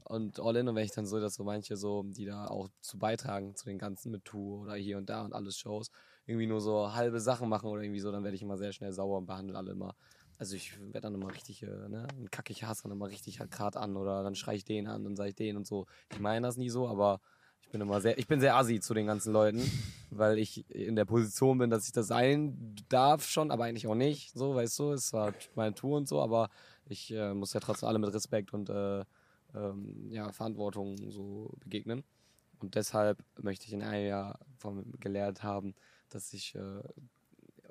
Und all in, und wenn ich dann so, dass so manche so, die da auch zu beitragen, zu den ganzen mit Tour oder hier und da und alles Shows, irgendwie nur so halbe Sachen machen oder irgendwie so, dann werde ich immer sehr schnell sauer und behandle alle immer. Also ich werde dann immer richtig, äh, ne, dann kacke ich Hass dann immer richtig halt grad an oder dann schrei ich den an, dann sage ich den und so. Ich meine das nie so, aber ich bin immer sehr, ich bin sehr assi zu den ganzen Leuten, weil ich in der Position bin, dass ich das sein darf schon, aber eigentlich auch nicht, so, weißt du, es war meine Tour und so, aber ich äh, muss ja trotzdem alle mit Respekt und äh, ähm, ja, Verantwortung so begegnen. Und deshalb möchte ich in einem Jahr von gelernt haben, dass ich äh,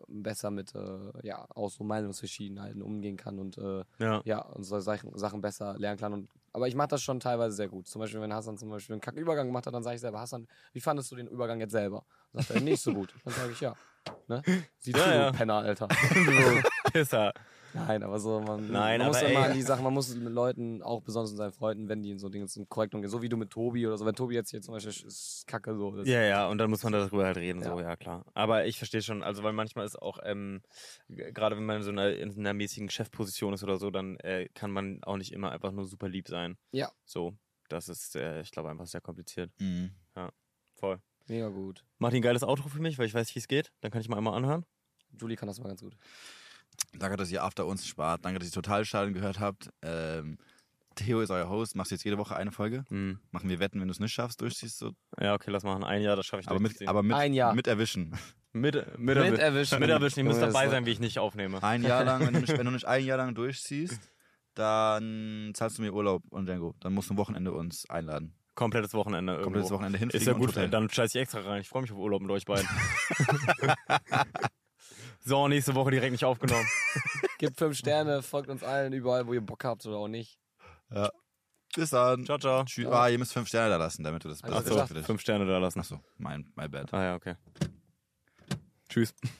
besser mit äh, ja, auch so Meinungsverschiedenheiten umgehen kann und äh, Ja. ja, und so Sachen, Sachen besser lernen kann. Und, aber ich mache das schon teilweise sehr gut. Zum Beispiel, wenn Hassan zum Beispiel einen kacken Übergang gemacht hat, dann sage ich selber, Hassan, wie fandest du den Übergang jetzt selber? Dann sagt er, nicht so gut. Dann sage ich, ja. Ne? Siehst Ja, du, ja. du Penner, Alter. Pisser. Nein, aber so, man, Nein, man muss aber immer ey. an die Sachen, man muss mit Leuten, auch besonders mit seinen Freunden, wenn die in so Dinge sind, korrekt umgehen. So wie du mit Tobi oder so. Wenn Tobi jetzt hier zum Beispiel sch- ist kacke so. Das Ja, ja, und dann muss man darüber halt reden, Ja. so, ja klar. Aber ich verstehe schon, also weil manchmal ist auch, ähm, g- gerade wenn man so in einer, in einer mäßigen Chefposition ist oder so, dann äh, kann man auch nicht immer einfach nur super lieb sein. Ja. So, das ist, äh, ich glaube, einfach sehr kompliziert. Mhm. Voll. Mega gut. Macht ihr ein geiles Outro für mich, weil ich weiß, wie es geht. Dann kann ich mal einmal anhören. Julie kann das mal ganz gut. Danke, dass ihr After uns spart. Danke, dass ihr Totalschaden gehört habt. Ähm, Theo ist euer Host. Machst jetzt jede Woche eine Folge. Mhm. Machen wir Wetten, wenn du es nicht schaffst, durchziehst du. Ja, okay, lass machen. Ein Jahr, das schaffe ich Aber mit, durchzuziehen. aber mit, Ein Jahr. mit erwischen. mit, mit, Mit mit erwischen. Mit erwischen. Ihr müsst Junge, das dabei war- sein, wie ich nicht aufnehme. Ein Jahr lang, wenn du, nicht, wenn du nicht ein Jahr lang durchziehst, dann zahlst du mir Urlaub und Django. Dann musst du am Wochenende uns einladen. Komplettes Wochenende irgendwo. Komplettes Wochenende hinfliegen Ist ja und gut, Hotel. dann scheiß ich extra rein. Ich freue mich auf Urlaub mit euch beiden. so, nächste Woche direkt nicht aufgenommen. Gebt fünf Sterne, folgt uns allen überall, wo ihr Bock habt oder auch nicht. Bis dann. Ciao, ciao. Tschüss. Ah, ihr müsst fünf Sterne da lassen, damit du das Hab ich Achso, gesagt. besser fünf Sterne da lassen. Achso, mein, my bad. Ah ja, okay. Ah Tschüss.